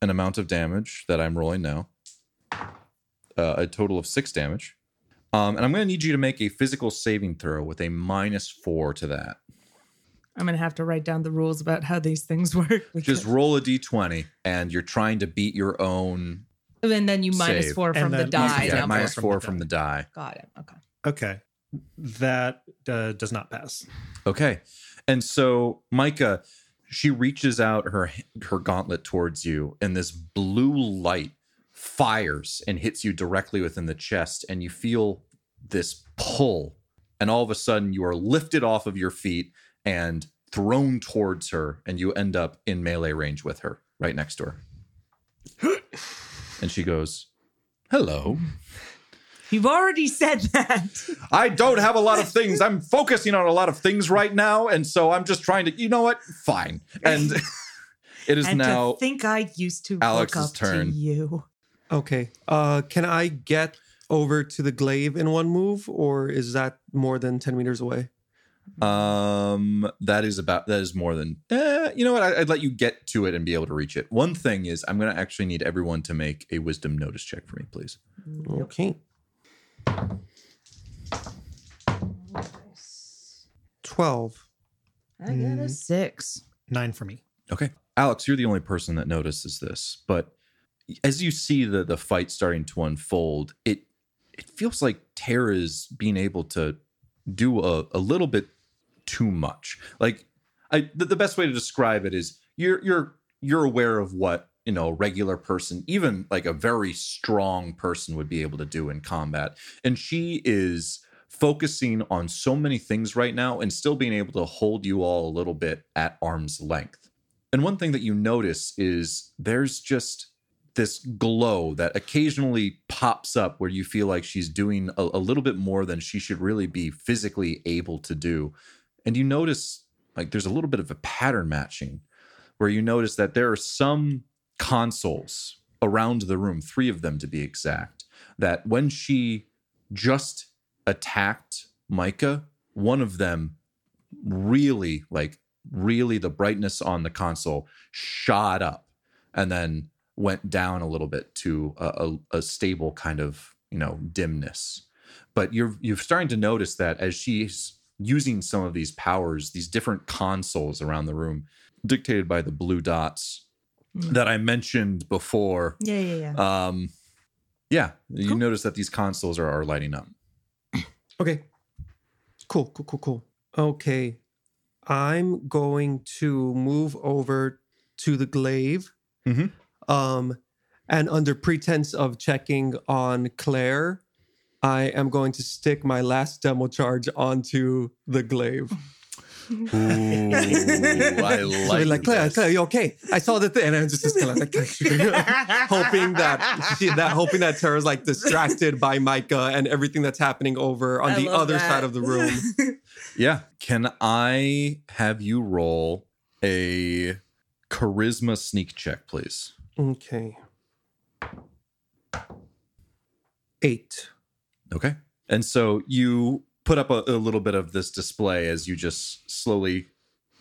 an amount of damage that I'm rolling now, uh, a total of six damage. Um, and I'm going to need you to make a physical saving throw with a minus four to that. I'm gonna have to write down the rules about how these things work. Just roll a d20, and you're trying to beat your own and then you minus save. four And from the then- die. Yeah, yeah, number. minus from four the from the die. Got it. Okay. Okay. That uh, does not pass. Okay, and so Micah, she reaches out her her gauntlet towards you, and this blue light fires and hits you directly within the chest, and you feel this pull, and all of a sudden you are lifted off of your feet and thrown towards her, and you end up in melee range with her, right next to her. and she goes, "Hello." You've already said that. I don't have a lot of things. I'm focusing on a lot of things right now, and so I'm just trying to. You know what? Fine. And it is and now. to think I used to Alex's look up turn. to you. Okay. Uh, can I get over to the glaive in one move, or is that more than ten meters away? um, that is about. That is more than. Eh, you know what? I, I'd let you get to it and be able to reach it. One thing is, I'm going to actually need everyone to make a wisdom notice check for me, please. Okay. Twelve. I got Mm. a six. Nine for me. Okay, Alex, you're the only person that notices this, but as you see the the fight starting to unfold, it it feels like Tara's being able to do a, a little bit too much. Like I the, the best way to describe it is you're you're you're aware of what you know a regular person, even like a very strong person would be able to do in combat. And she is focusing on so many things right now and still being able to hold you all a little bit at arm's length. And one thing that you notice is there's just this glow that occasionally pops up where you feel like she's doing a, a little bit more than she should really be physically able to do. And you notice like there's a little bit of a pattern matching where you notice that there are some consoles around the room, three of them to be exact, that when she just attacked Micah, one of them really, like, really the brightness on the console shot up and then went down a little bit to a, a, a stable kind of, you know, dimness. But you're you're starting to notice that as she's using some of these powers, these different consoles around the room, dictated by the blue dots Mm. that I mentioned before. Yeah, yeah, yeah. Um, yeah, you Cool. notice that these consoles are, are lighting up. Okay. Cool, cool, cool, cool. Okay. I'm going to move over to the glaive. Mhm. Um, and under pretense of checking on Claire, I am going to stick my last demo charge onto the glaive. Ooh, I like, So I'll be like, Claire, this. Claire, you okay? I saw the thing. And I'm just, just kinda like, hoping that she, that hoping that Tara's like distracted by Micah and everything that's happening over on I the love other that. side of the room. Yeah. Can I have you roll a charisma sneak check, please? Okay. Eight. Okay. And so you put up a, a little bit of this display as you just slowly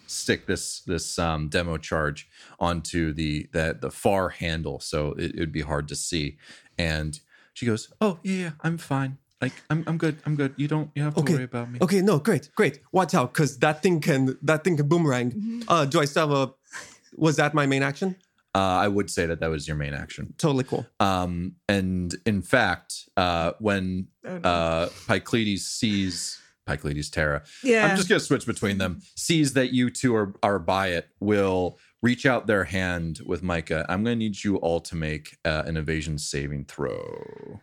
stick this this um, demo charge onto the the, the far handle, so it would be hard to see. And she goes, "Oh yeah, yeah, I'm fine. Like I'm I'm good. I'm good. You don't you don't have to Okay. worry about me." Okay, no, great, great. Watch out, because that thing can that thing can Mm-hmm. boomerang. Uh, do I still have a? Was that my main action? Uh, I would say that that was your main action. Totally cool. Um, and in fact, uh, when Oh, uh, Pycleides sees Pycleides Terra, yeah. I'm just gonna switch between them. Sees that you two are are by it, will reach out their hand with Micah. I'm gonna need you all to make uh, an evasion saving throw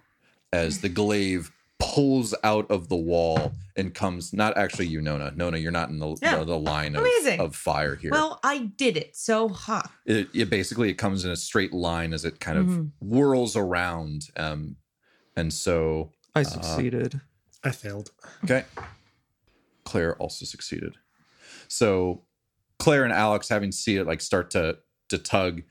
as the glaive pulls out of the wall and comes. Not actually you, Nona. Nona, you're not in the Yeah. the, the line of, Amazing. of fire here. well, I did it. So ha. it, it basically it comes in a straight line as it kind of Mhm. whirls around. Um, and so I succeeded. I failed. Okay. Claire also succeeded. So Claire and Alex, having seen it, like start to to tug,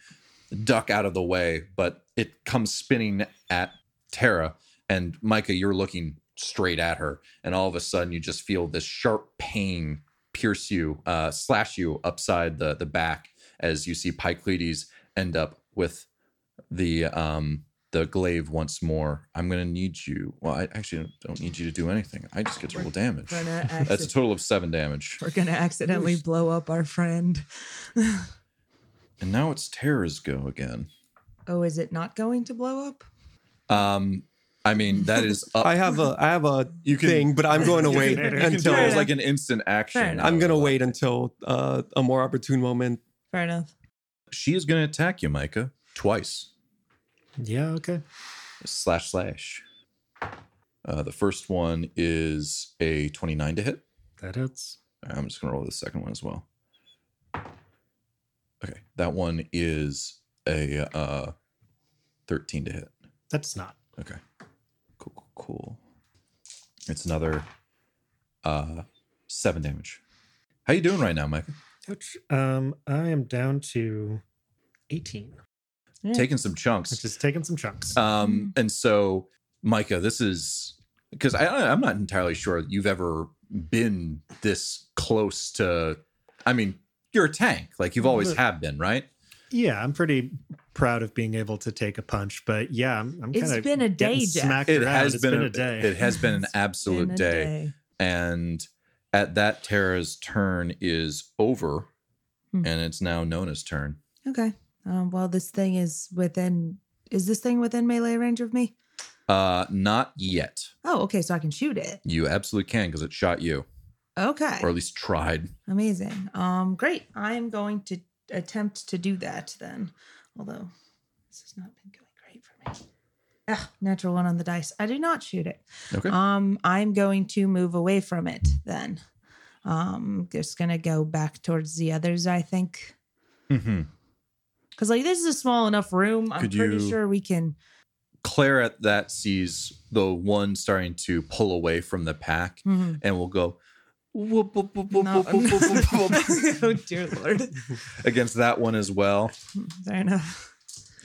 duck out of the way, but it comes spinning at Tara and Micah. You're looking straight at her, and all of a sudden you just feel this sharp pain pierce you, uh, slash you upside the the back as you see Pycleides end up with the um the glaive once more. I'm gonna need you. Well, I actually don't- don't need you to do anything. I just get to roll damage. We're gonna, That's a acci- total of seven damage. we're gonna accidentally blow up our friend. And now it's Terra's go again. Oh, is it not going to blow up? Um, I mean that is up. I have a I have a uh, You can- thing, but I'm going to you wait can- you can until It was Yeah. like an instant Fair action. enough. I'm going to wait until uh, a more opportune moment. Fair enough. She is gonna attack you, Micah, twice. Yeah, okay. Slash slash. Uh, the first one is a 29 to hit. That hits. I'm just gonna roll the second one as well. Okay, that one is a uh, 13 to hit. That's not. Okay, cool, cool, cool. It's another uh, seven damage. How you doing right now, Mike? Ouch. Um, I am down to 18. Yeah. Taking some chunks. Just taking some chunks. Um, and so, Micah, this is because I'm not entirely sure you've ever been this close to. I mean, you're a tank, like you've always have been, right? yeah, I'm pretty proud of being able to take a punch, but yeah, I'm, I'm It's kind of been a day, Jeff. Smacked It around. has It's been, been a, a day. It has been an It's absolute Been a day. and at that Terra's turn is over, Hmm. and it's now Nona's turn. Okay. Um, well, this thing is within. Is this thing within melee range of me? Uh, not yet. Oh, okay. So I can shoot it. You absolutely can because it shot you, Okay. or at least tried. Amazing. Um, great. I am going to attempt to do that then. Although this has not been going great for me. Ah, natural one on the dice. I do not shoot it. Okay. Um, I'm going to move away from it then. Um, just gonna go back towards the others. I think hmm because like this is a small enough room. I'm Could pretty you- sure we can. Claire at that sees the one starting to pull away from the pack, Mhm. and will go whoop, whoop, whoop, whoop, No. whoop, whoop, whoop, whoop, whoop, oh dear lord. against that one as well. Fair enough.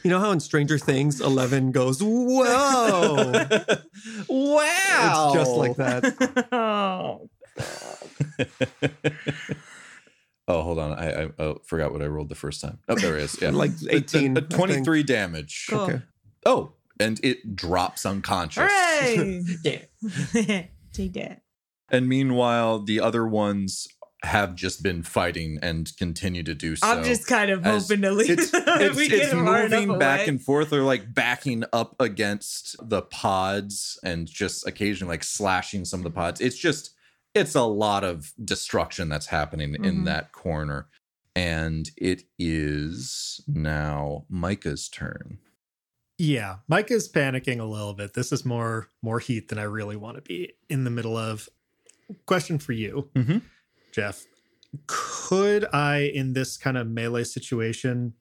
You know how in Stranger Things, Eleven goes, "Whoa!" wow. It's Oh. just like that. oh, oh, hold on. I, I oh, forgot what I rolled the first time. Oh, there it is. Yeah. Like A- a- eighteen, a I think. 23 damage. cool. Okay. Oh, and it drops unconscious. Hooray! Yeah. Take that. And meanwhile, the other ones have just been fighting and continue to do so. I'm just kind of as- hoping to leave. it's, them if it's, we it's get hard enough moving back away. and forth or like backing up against the pods and just occasionally like slashing some of the pods it's just it's a lot of destruction that's happening in Mm-hmm. Mhm. that corner and it is now micah's turn Yeah, Mike is panicking a little bit. This is more more heat than I really want to be in the middle of. Question for you, Mhm. Jeff. Could I, in this kind of melee situation,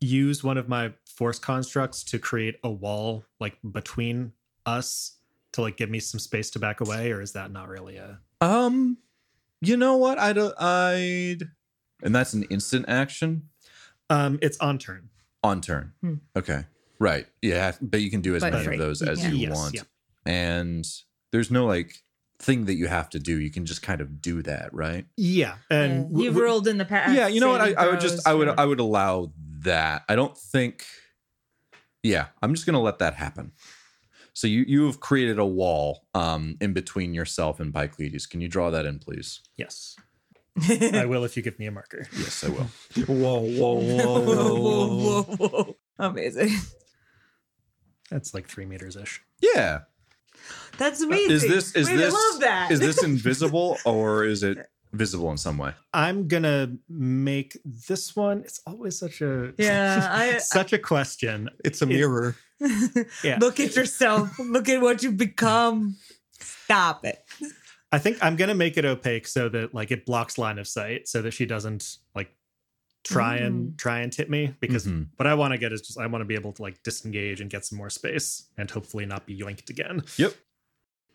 use one of my force constructs to create a wall like between us to like give me some space to back away, or is that not really a um you know what i'd i'd and that's an instant action um it's on turn. on turn Hmm. okay right yeah but you can do as But many free. of those as Yeah. you Yes, want yeah. and there's no like thing that you have to do. You can just kind of do that, right? Yeah. And Yeah, w- you've w- rolled in the past. yeah, you know what? I, saving I would just throws I would or- I would allow that. I don't think Yeah, I'm just gonna let that happen. So you you have created a wall um in between yourself and Picledes. Can you draw that in, please? yes. I will if you give me a marker. Yes, I will. Whoa, whoa, whoa, whoa, whoa, whoa, whoa, whoa. Amazing. That's like three meters ish. yeah. That's amazing. Uh, Is this is Wait, this I love that. is this invisible or is it visible in some way? I'm gonna make this one. It's always such a Yeah, I- such a question. It's a mirror. Yeah, Look at yourself. Look at what you've become. Stop it. I think I'm gonna make it opaque so that like it blocks line of sight, so that she doesn't like try Mm. and try and hit me. Because Mhm. what I want to get is just I want to be able to like disengage and get some more space, and hopefully not be yoinked again. Yep.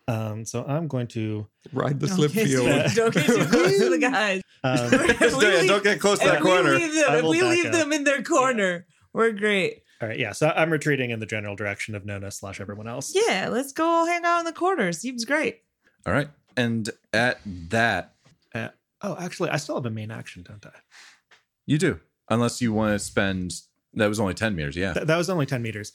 Um, so I'm going to. Ride the Oh, Don't slip get too- field. Don't get too close to the guys. Um, Really? don't get close to If that corner. we leave them, I if will we back leave up. them in their corner, we're great. all right, yeah. So I'm retreating in the general direction of Nona slash everyone else. Yeah, let's go all hang out in the corner. Seems great. All right. And at that Oh, actually, I still have a main action, don't I? You do, unless you want to spend. That was only ten meters. Yeah, Th- that was only ten meters.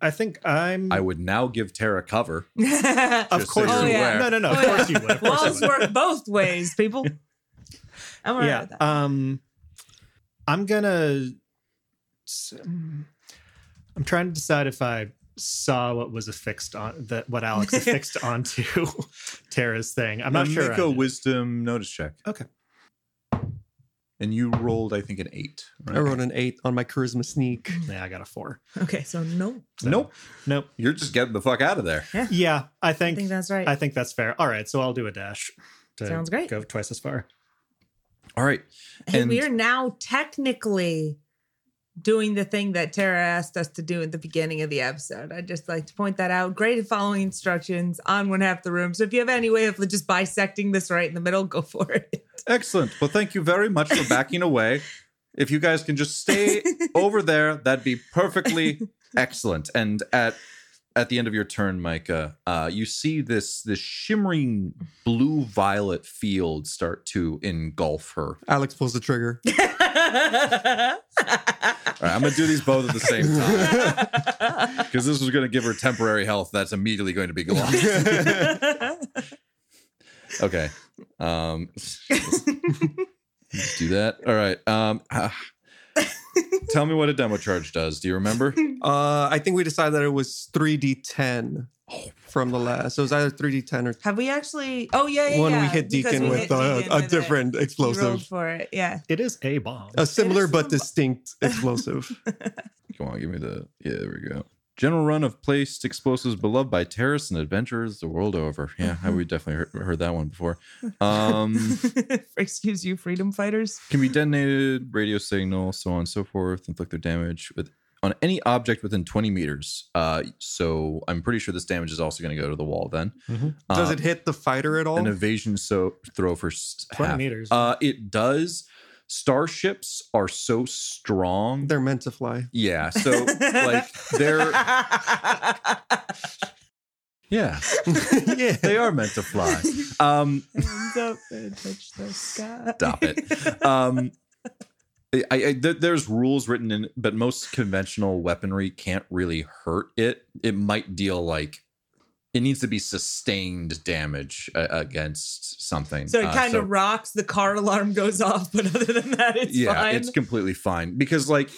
I think I'm. I would now give Tara cover. Oh, Walls of Just so course you're you aware. would. No, no, no. Of Oh, yeah. course you would. Of course I would. work both ways, people. I'm all right yeah. with that. Um, I'm gonna. s- mm, I'm trying to decide if I saw what was affixed on that what Alex affixed onto Tara's thing. I'm not Uh, sure. Make I a did. wisdom notice check. Okay. And you rolled, I think, an eight. Right? I rolled an eight on my charisma sneak. yeah, I got a four. Okay, so no. So, Nope. Nope. You're just getting the fuck out of there. Yeah, I I think think that's right. I think that's fair. All right, so I'll do a dash. To Sounds great. Go twice as far. All right. Hey, And- we are now technically doing the thing that Tara asked us to do at the beginning of the episode. I'd just like to point that out. Great at following instructions on one half the room. So if you have any way of just dissecting this right in the middle, go for it. Excellent. Well, thank you very much for backing away. If you guys can just stay over there, that'd be perfectly excellent. And at at the end of your turn, Micah, uh, you see this this shimmering blue violet field start to engulf her. Alex pulls the trigger. All right, I'm gonna do these both at the same time because this is gonna give her temporary health that's immediately going to be gone. okay, um, let's do that. All right. Um, ah. tell me what a demo charge does. Do you remember? Uh, I think we decided that it was 3d10 from the last. So it was either 3d10 or have we actually? Oh yeah, yeah. when Uh, yeah, we hit because Deacon we with hit uh, Deacon a with it. different You rolled explosive, for it. Yeah. It is a bomb. a similar but some- distinct explosive. Come on, give me the. Yeah, there we go. General run of placed explosives beloved by terrorists and adventurers the world over. Yeah, I we definitely heard, heard that one before. Um, Excuse you, freedom fighters. can be detonated, radio signal, so on and so forth, inflict their damage with on any object within 20 meters. Uh, so I'm pretty sure this damage is also going to go to the wall then. Uh, Mm-hmm. Does it hit the fighter at all? an evasion so throw for s- 20 half. meters. Uh, it does. starships are so strong. They're meant to fly. yeah. So like they're yeah, yeah. they are meant to fly. Um Hands up and touch the sky. Stop it. um I, I th- there's rules written in but most conventional weaponry can't really hurt it it might deal like it needs to be sustained damage uh, against something So it Uh, kind of rocks. The car alarm goes off, but other than that, it's yeah fine. it's completely fine because like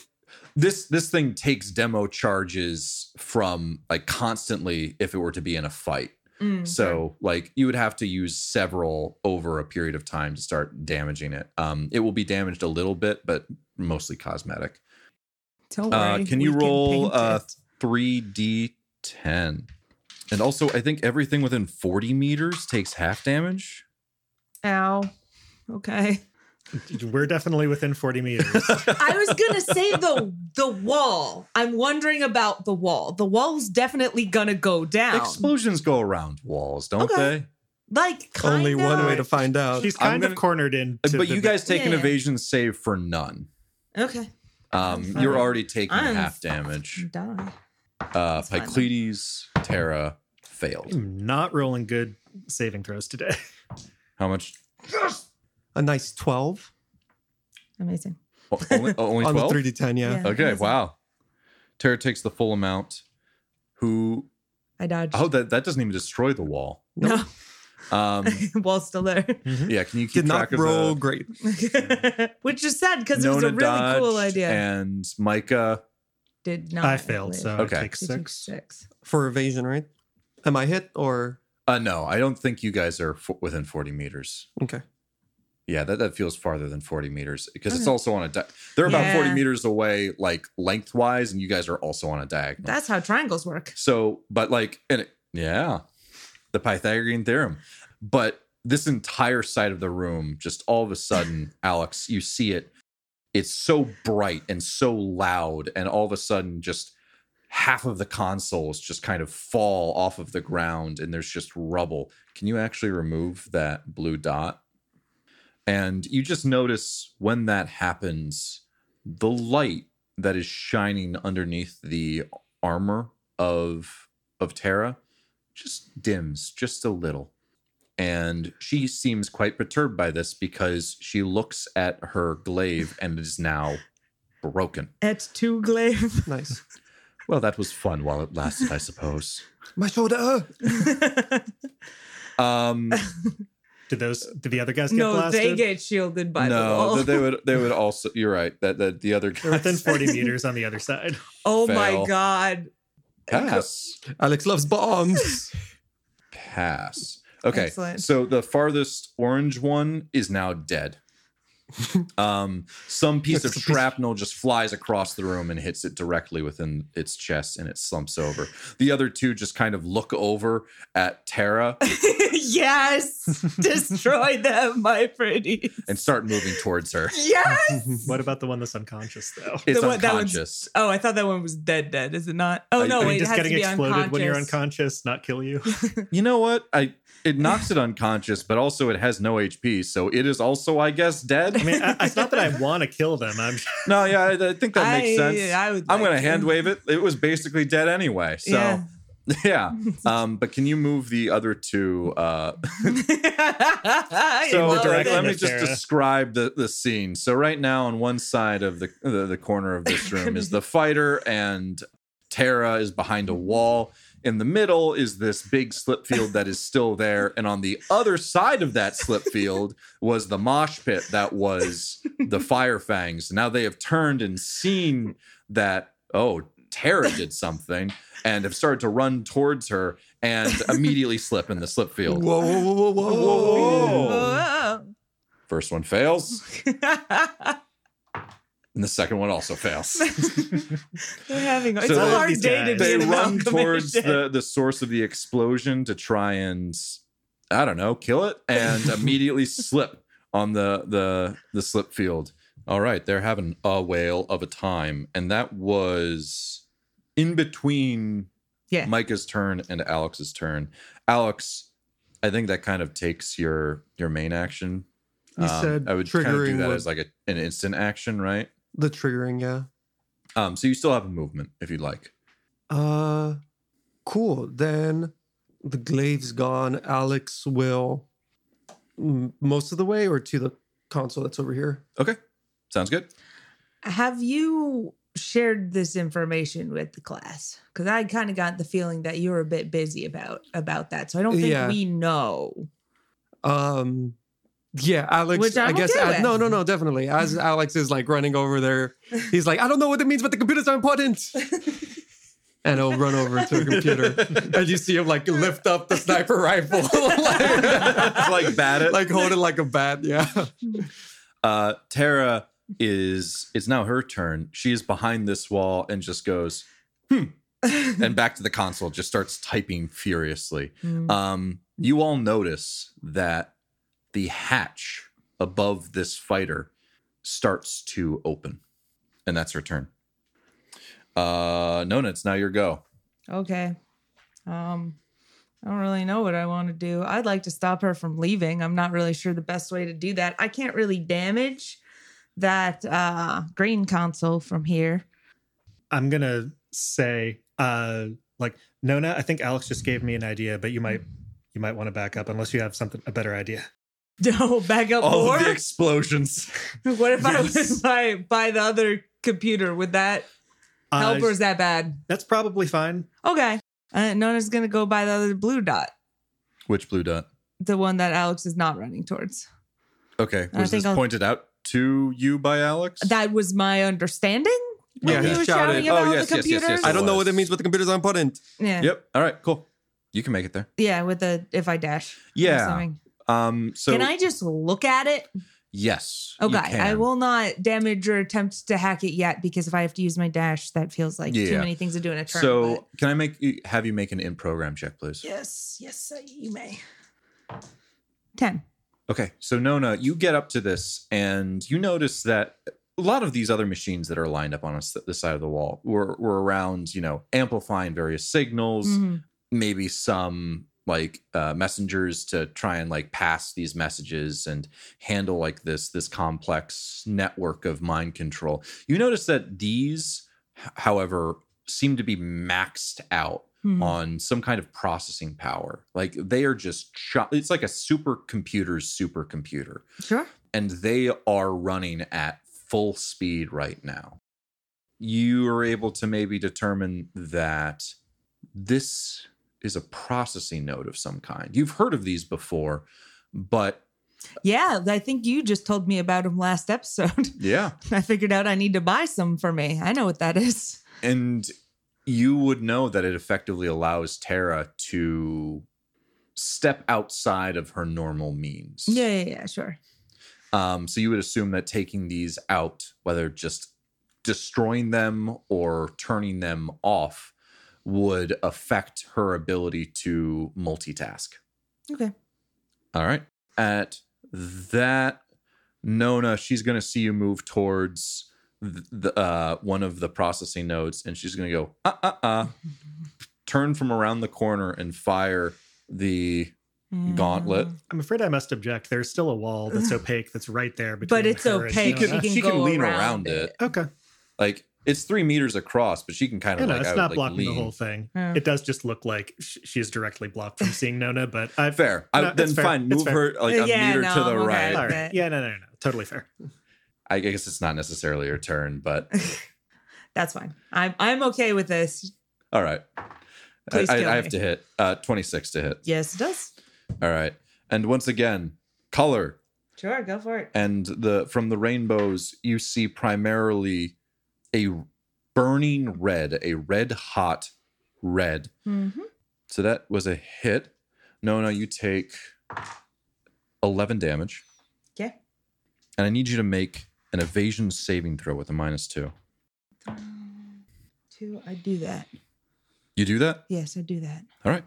this this thing takes demo charges from like constantly if it were to be in a fight Mm. so like you would have to use several over a period of time to start damaging it um it will be damaged a little bit but mostly cosmetic Don't uh, worry, can you we roll, paint uh, it. 3d10 and also i think everything within 40 meters takes half damage Ow. Okay. We're definitely within 40 meters. I was gonna say the the wall. I'm wondering about the wall. The wall's definitely gonna go down. explosions go around walls don't Okay. they Uh, like kind Only one way to find out. She's I'm kind gonna- Uh, of cornered in. to but the- you guys take an Yeah. evasion save for none. Okay. I'm Um, fine. you're already taking I'm half fine. damage. Die. Uh, It's fine. Pycleides, Terra failed. I'm not rolling good saving throws today. How much? A nice 12 Amazing. o- Only, oh, only on 12? the 3D10, yeah. Yeah. Okay, Amazing. wow. Terra takes the full amount. Who? I dodged. Oh, that, that doesn't even destroy the wall. no, Um, wall's still there. yeah, can you keep Did track not of roll the great. Which is sad because it was Nona a really Dodge cool idea. and Micah? Did not. I failed, live. so Okay. I take Did you six. six. For evasion, right? Am I hit or Uh, no, I don't think you guys are fo- within 40 meters. okay? Yeah, that, that feels farther than 40 meters because it's Okay. also on a. Di- they're about 40 Yeah. meters away, like lengthwise, and you guys are also on a diagonal. That's how triangles work. So, but like, and it, yeah, the Pythagorean theorem. But this entire side of the room, just all of a sudden, Alex, you see it. It's so bright and so loud, and all of a sudden, just half of the consoles just kind of fall off of the ground, and there's just rubble. Can you actually remove that blue dot? And you just notice when that happens, the light that is shining underneath the armor of of Terra just dims just a little. And she seems quite perturbed by this because she looks at her glaive and is now broken. At two glaive. Nice. Well, that was fun while it lasted, I suppose. My shoulder. Um Did those? Did the other guys get no, blasted? they get shielded by the no, wall. th- they would they would also you're right. That that the other They're within guys 40 meters on the other side. oh Fail. my god. pass. Alex loves bombs. pass. Okay. Excellent. So the farthest orange one is now dead. um, some piece of That's a piece- shrapnel just flies across the room and hits it directly within its chest and it slumps over. The other two just kind of look over at Tara yes, destroy them, my pretty. and start moving towards her. Yes. What about the one that's unconscious though? It's The one- that one's- unconscious. Oh, I thought that one was dead. Dead is it not? Oh I- no, I I mean, wait, it just has to getting be exploded unconscious. when you're unconscious, not kill you. You know what? I it knocks it unconscious, but also it has no HP, so it is also, I guess, I dead. mean, I, it's not that I want to kill them. I'm No, yeah, I, I think that makes I- sense. I would I'm like going to to. hand wave it. It was basically dead anyway. So, Yeah. yeah. Um, but can you move the other two? Uh, I so love direction let it. me of just Sarah. describe the, the scene. So right now, on one side of the the, the corner of this room is the fighter, and Tara is behind a wall. In the middle is this big slip field that is still there, and on the other side of that slip field was the mosh pit that was the Fire Fangs. Now they have turned and seen that oh Tara did something and have started to run towards her and immediately slip in the slip field. Whoa, whoa, whoa, whoa, whoa, Whoa. Whoa. First one fails, and the second one also fails. They're having it's So a hard these day to guys- they be an run towards amalgamation. the, the source of the explosion to try and I don't know, kill it and immediately slip on the the the slip field. All right, they're having a whale of a time. And that was in between Yeah. Micah's turn and Alex's turn. Alex, I think that kind of takes your your main action. Um, You said I would kind of do triggering that would- as like a, an instant action, right? The triggering, yeah. Um, so you still have a movement if you'd like. Uh, cool. Then the glaive's gone. Alex will m- most of the way or to the console that's over here. Okay, sounds good. Have you shared this information with the class? Because I kind of got the feeling that you were a bit busy about about that. So I don't think Yeah. we know. Um, yeah, Alex. Which I'm I guess okay Al- with. no, no, no, definitely. As Alex is like running over there, he's like, I don't know what it means, but the computers are important. And he'll run over to a computer, and you see him like lift up the sniper rifle, It's like bat it. like hold it like a bat. Yeah. Uh, Tara is it's now her turn. She is behind this wall and just goes hmm, and back to the console. Just starts typing furiously. Mm. Um, you all notice that the hatch above this fighter starts to open, and that's her turn. Uh, Nona, it's now your go. Okay. Um, I don't really know what I want to do. I'd like to stop her from leaving. I'm not really sure the best way to do that. I can't really damage that uh green console from here. I'm gonna say, uh, like Nona, I think Alex just gave me an idea, but you might you might want to back up unless you have something a better idea. No, back up All more. of the explosions. what if I Yes. was by by the other computer? Would that Uh, help or is that bad? That's probably fine. Okay. Uh, Nona's gonna go by the other blue dot, Which blue dot? the one that Alex is not running towards. Okay, I was think this I'll- pointed out to you by Alex? That was my understanding when Yeah, we he were shouted, shouting "Oh, about yes, the yes, yes, yes, computers. yes." I don't know what it means, but the computers are important. Yeah, Yep. All right. Cool. You can make it there. yeah, with the if I dash. or Yeah. something. Um. So can I just look at it? Yes. you Okay, I can. will not damage or attempt to hack it yet because if I have to use my dash, that feels like too Yeah. many things to do in a turn. So but- can I make you have you make an in program check, please? yes, yes, uh, you may. Ten. Okay. So Nona, you get up to this and you notice that a lot of these other machines that are lined up on us the side of the wall were were around, you know, amplifying various signals, Mhm. maybe some like uh, messengers to try and like pass these messages and handle like this this complex network of mind control. You notice that these, h- however, seem to be maxed out Mhm. on some kind of processing power. Like they are just cho- it's like a supercomputer's supercomputer Sure. and they are running at full speed right now. You are able to maybe determine that this is a processing node of some kind. You've heard of these before, but Yeah, I think you just told me about him last episode. yeah, I figured out I need to buy some for me. I know what that is. and you would know that it effectively allows Terra to step outside of her normal means. Yeah, yeah, yeah, sure. Um, so you would assume that taking these out, whether just destroying them or turning them off, would affect her ability to multitask. Okay. All right. At that, Nona, she's going to see you move towards th- the uh, one of the processing nodes, and she's going to go uh uh uh, turn from around the corner and fire the gauntlet. Mm. I'm afraid I must object. There's still a wall that's opaque that's right there, between But it's her and opaque. She She can- Nona. can, she can go lean around, around it. it. Okay, Like it's three meters across, but she can kind no, of no, like I it's would, not like, blocking the lean. whole thing. Yeah. It does just look like sh- she is directly blocked from seeing Nona. But I Fair. No, I, it's then fair. fine. It's Move fair. her like a Yeah, meter no, to the I'm okay. right. All right. that- Yeah, no, no, no, no, totally fair. I guess it's not necessarily her turn, but That's fine. I'm I'm okay with this. all right. I, Please I, kill I have me. to hit uh, 26 to hit. Yes, it does. All right. And once again, color Sure, go for it. and the from the rainbows, you see primarily a burning red, a red hot red. hmm So that was a hit. No, no, you take 11 damage. Okay. And I need you to make an evasion saving throw with a minus two. Two, I do that. You do that? Yes, I do that, All right.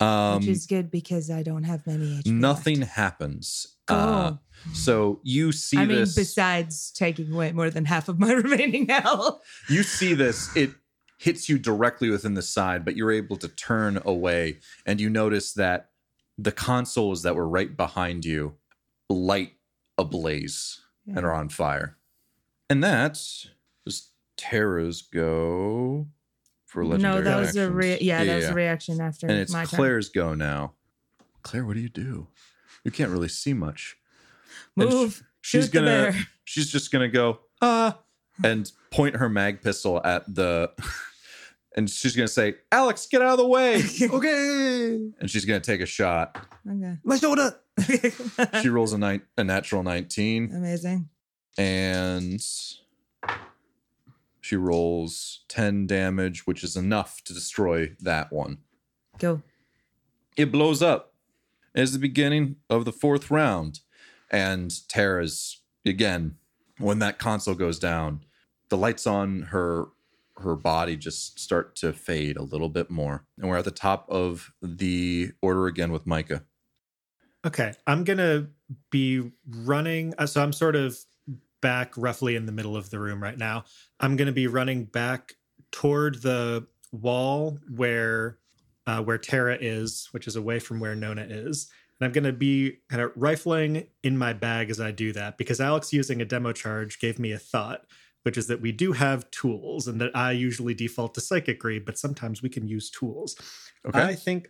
Um, which is good because I don't have many. HP nothing left. happens. Cool. Uh, so you see Oh, I mean, this. besides taking away more than half of my remaining health. you see this. It hits you directly within the side, but you're able to turn away, and you notice that the consoles that were right behind you light ablaze Yeah. and are on fire. And that's just Terra's go for no, legendary. that was a actions. re- yeah, that was a reaction after and it's my turn. Claire's go now. Claire, what do you do? You can't really see much. And sh- Move. she's shoot the gonna bear. she's just gonna go uh and point her mag pistol at the and she's gonna say alex get out of the way okay, and she's gonna take a shot my shoulder. Okay. she rolls a nine a natural 19 Amazing. and she rolls 10 damage which is enough to destroy that one Go. it blows up as the beginning of the fourth round and tara's again when that console goes down the lights on her her body just start to fade a little bit more and we're at the top of the order again with micah Okay, I'm gonna be running. uh, So I'm sort of back roughly in the middle of the room right now. I'm gonna be running back toward the wall where uh, where Tara is, which is away from where Nona is. And I'm gonna be kind of rifling in my bag as I do that because Alex using a demo charge gave me a thought, which is that we do have tools and that I usually default to psychicry, but sometimes we can use tools. Okay. I think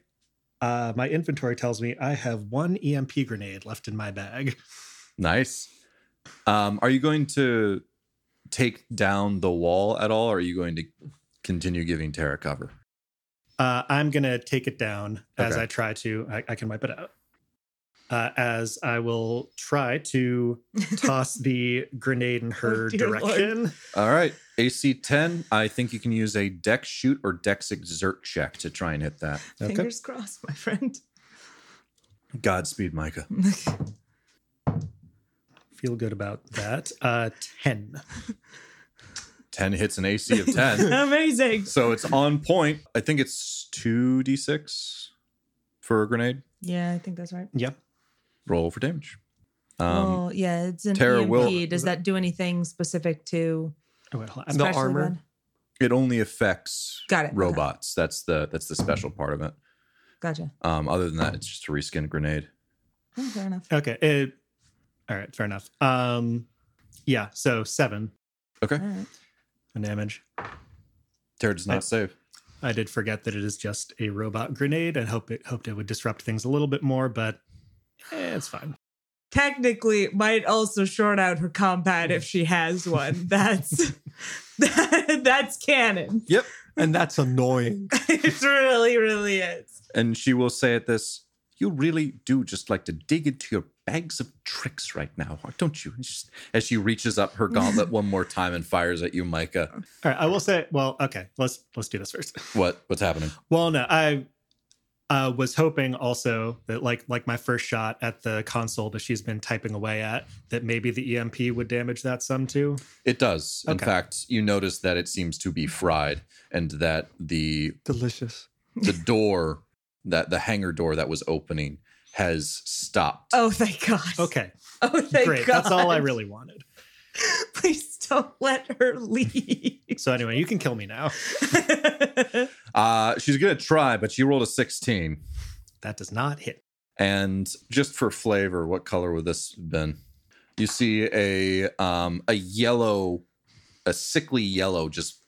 uh, my inventory tells me I have one EMP grenade left in my bag. nice um are you going to take down the wall at all or are you going to continue giving tara cover Uh, I'm gonna take it down as Okay. I try to. I, I can wipe it out. Uh, as I will try to toss the grenade in her Oh, dear Lord. direction. All right. AC 10. I think you can use a dex shoot or dex exert check to try and hit that. Fingers crossed, my friend. Godspeed, Micah. Feel good about that. Uh, Ten. 10 hits an AC of 10. Amazing. so it's on point. I think it's 2d6 for a grenade. Yeah, I think that's right. Yep. Roll for damage. Um, well, yeah, it's an Tara EMP. will- Does that do anything specific to Oh, wait, hold on. No specially armor. then? It only affects Got it. Okay. robots. That's the that's the special part of it. Gotcha. Um, other than that, it's just a reskinned grenade. Oh, fair enough. Okay. It, all right. Fair enough. Um, yeah. So seven All right. damage. Tara does I- not save. I did forget that it is just a robot grenade and hope it hoped it would disrupt things a little bit more, but eh, it's fine. Technically, might also short out her combat if she has one. That's that, that's canon. And that's annoying. It really, really is. And she will say at this, You really do just like to dig into your bags of tricks right now, don't you? And she's- As she reaches up her gauntlet one more time and fires at you, Micah. All right, I will say. Well, okay, let's let's do this first. What what's happening? Well, no, I uh, was hoping also that like like my first shot at the console that she's been typing away at, that maybe the EMP would damage that some too. It does. In Okay. fact, you notice that it seems to be fried and that the Delicious. the door that the hangar door that was opening has stopped. Oh, thank God. Okay, Oh, thank great. God. That's all I really wanted. Please don't let her leave. So anyway, you can kill me now. Uh she's gonna try, but she rolled a sixteen. That does not hit. And just for flavor, what color would this have been? You see a um, a yellow, a sickly yellow, just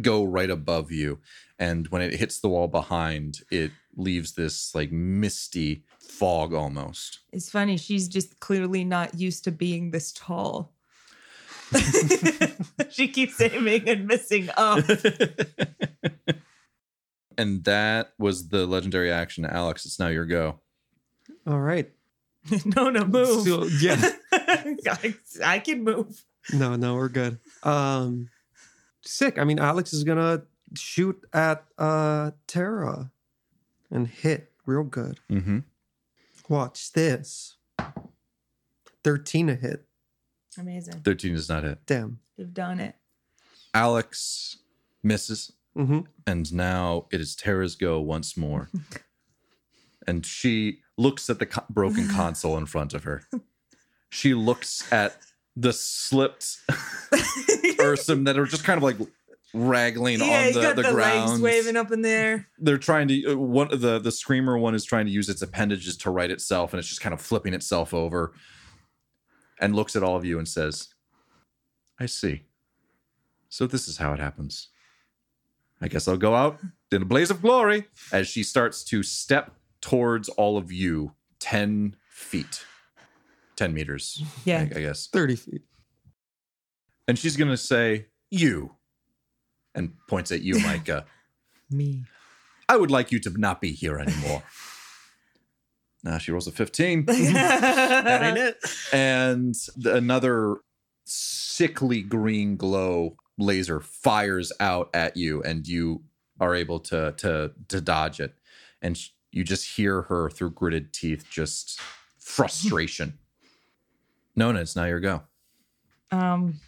go right above you, and when it hits the wall behind, it leaves this like misty fog almost. It's funny. She's just clearly not used to being this tall. she keeps aiming and missing Oh, up. and that was the legendary action, Alex. It's now your go. All right. no, no, move. So, yeah. I, I can move. No, no, we're good. Um, sick. I mean, Alex is gonna shoot at uh Tara and hit real good. Mm-hmm. Watch this. Thirteen a hit. Amazing. Thirteen does not hit. Damn. You've done it. Alex misses. Mm-hmm. and now it is Tara's go once more. and she looks at the co- broken console in front of her. She looks at the slipped person that are just kind of like ragling yeah, on you the, got the, the, legs ground. waving up in there. They're trying to uh, one the the screamer one is trying to use its appendages to right itself, and it's just kind of flipping itself over. and looks at all of you and says, I see. So this is how it happens. I guess I'll go out in a blaze of glory as she starts to step towards all of you 10 feet, 10 meters, I, Yeah. I guess. 30 feet. And she's going to say, You, and points at you, Micah. Me. I would like you to not be here anymore. now she rolls a 15. that it. and th- another sickly green glow laser fires out at you and you are able to to to dodge it and sh- you just hear her through gritted teeth just frustration nona it's now your go Um.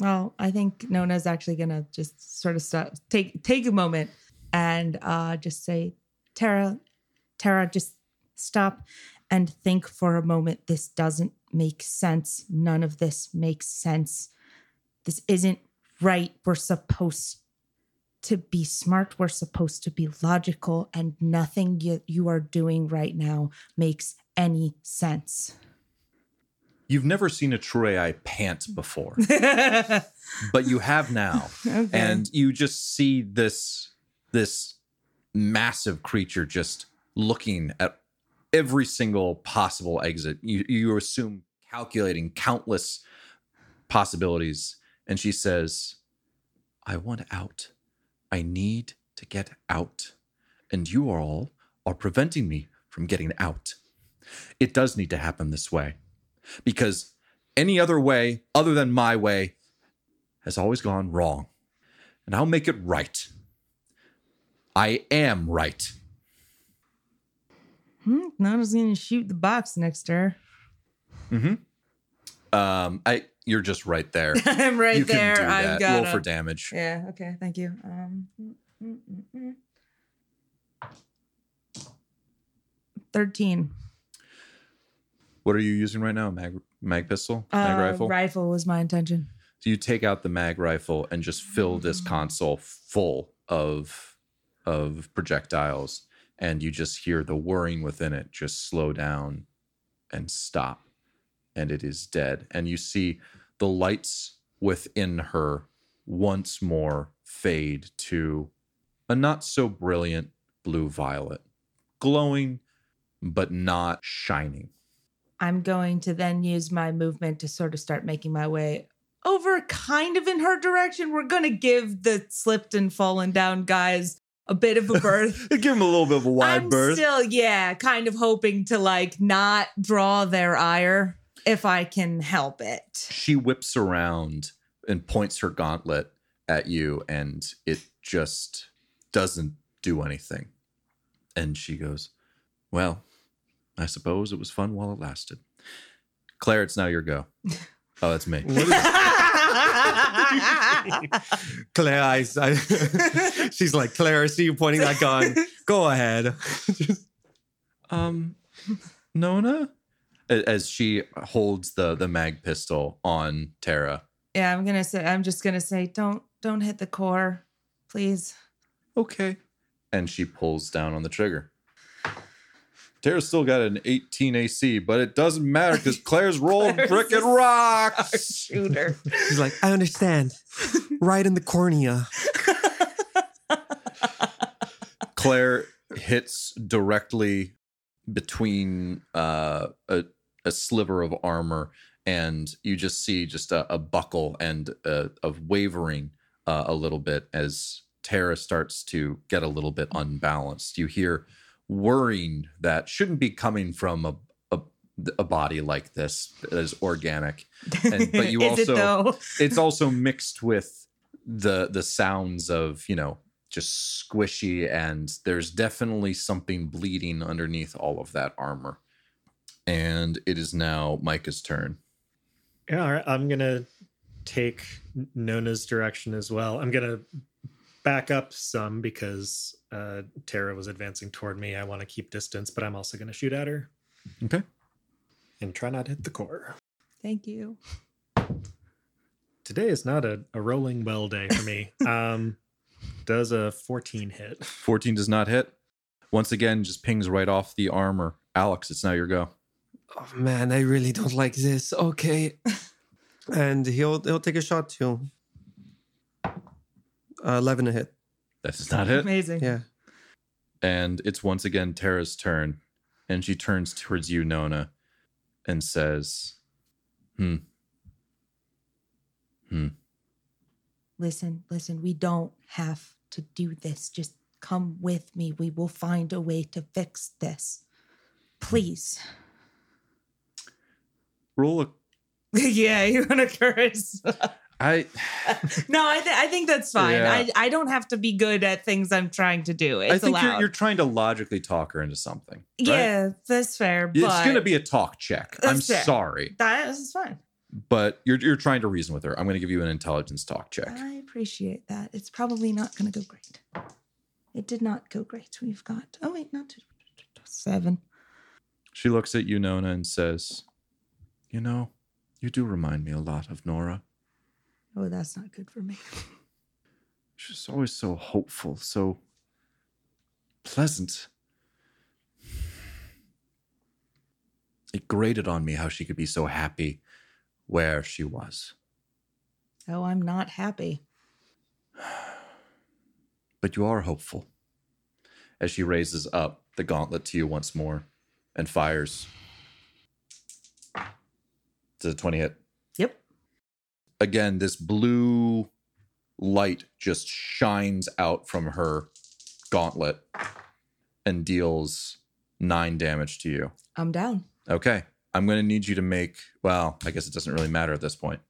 Well, I think Nona's actually gonna just sort of stop, take take a moment and uh, just say, Tara, Tara, just stop and think for a moment. This doesn't make sense. None of this makes sense. This isn't right. We're supposed to be smart. We're supposed to be logical, and nothing you, you are doing right now makes any sense. you've never seen a Turei pant before but you have now Mm-hmm. and you just see this this massive creature just looking at every single possible exit you, you assume calculating countless possibilities and she says i want out i need to get out and you all are preventing me from getting out it does need to happen this way because any other way other than my way has always gone wrong, and I'll make it right. I am right. Hmm, Nona's gonna shoot the box next to her. Mm-hmm. Um, I you're just right there. I'm right you there. can do I've that. got Roll for a- damage. Yeah. Okay. Thank you. Um, mm, mm, mm, mm. Thirteen. What are you using right now? Mag mag pistol, Uh, mag rifle. Rifle was my intention. So you take out the mag rifle and just fill this console full of of projectiles, and you just hear the whirring within it just slow down and stop, and it is dead. And you see the lights within her once more fade to a not so brilliant blue violet, glowing but not shining. I'm going to then use my movement to sort of start making my way over, kind of in her direction. We're gonna give the slipped and fallen down guys a bit of a berth. Give him a little bit of a I'm still, yeah, kind of hoping to like not draw their ire if I can help it. she whips around and points her gauntlet at you and it just doesn't do anything and she goes well i suppose it was fun while it lasted claire it's now your go oh that's me What is Claire eyes? I, she's like, Claire, I see you pointing that gun. Go ahead. um nona A- as she holds the the mag pistol on tara yeah, I'm gonna say I'm just gonna say don't don't hit the core, please. okay and she pulls down on the trigger Tara's still got an 18 AC, but it doesn't matter because Claire's rolled Claire's brick and is- rocks. Shooter. She's like, I understand. Right in the cornea. Claire hits directly between uh, a, a sliver of armor, and you just see just a, a buckle and uh, of wavering uh, a little bit as Tara starts to get a little bit unbalanced. You hear whirring that shouldn't be coming from a a, a body like this that is organic, and but you Is also it though? it's also mixed with the the sounds of you know just squishy and there's definitely something bleeding underneath all of that armor and it is now micah's turn Yeah, all right. I'm gonna take N- Nona's direction as well. I'm gonna back up some because uh, Tara was advancing toward me. I want to keep distance, but I'm also gonna shoot at her. Okay. And try not to hit the core. Thank you. Today is not a, a rolling well day for me. um, does a 14 hit? 14 does not hit once again just pings right off the armor alex it's now your go oh man, I really don't like this. Okay. and he'll he'll take a shot too. Uh, Eleven a hit. That's not it. Amazing. Yeah. And it's once again Tara's turn. And she turns towards you, Nona, and says, Hmm. Hmm. Listen, listen, we don't have to do this. Just come with me. We will find a way to fix this. Please. Roll a. yeah, you're gonna curse. I. no, I, th- I think that's fine. Yeah. I, I don't have to be good at things I'm trying to do. It's I think allowed. you're, you're trying to logically talk her into something. right? yeah, that's fair. But It's going to be a talk check. I'm That's fair. sorry, that is fine. but you're you're trying to reason with her. I'm going to give you an intelligence talk check. I appreciate that. It's probably not gonna go great. It did not go great. We've got oh wait, not two, seven. She looks at you, Nona, and says, "You know, you do remind me a lot of Nora. Oh, that's not good for me. She's always so hopeful, so pleasant. It grated on me how she could be so happy where she was." Oh, I'm not happy. but you are hopeful. As she raises up the gauntlet to you once more and fires. It's a 20 hit. Yep. Again, this blue light just shines out from her gauntlet and deals nine damage to you. I'm down. Okay. I'm going to need you to make, well, I guess it doesn't really matter at this point.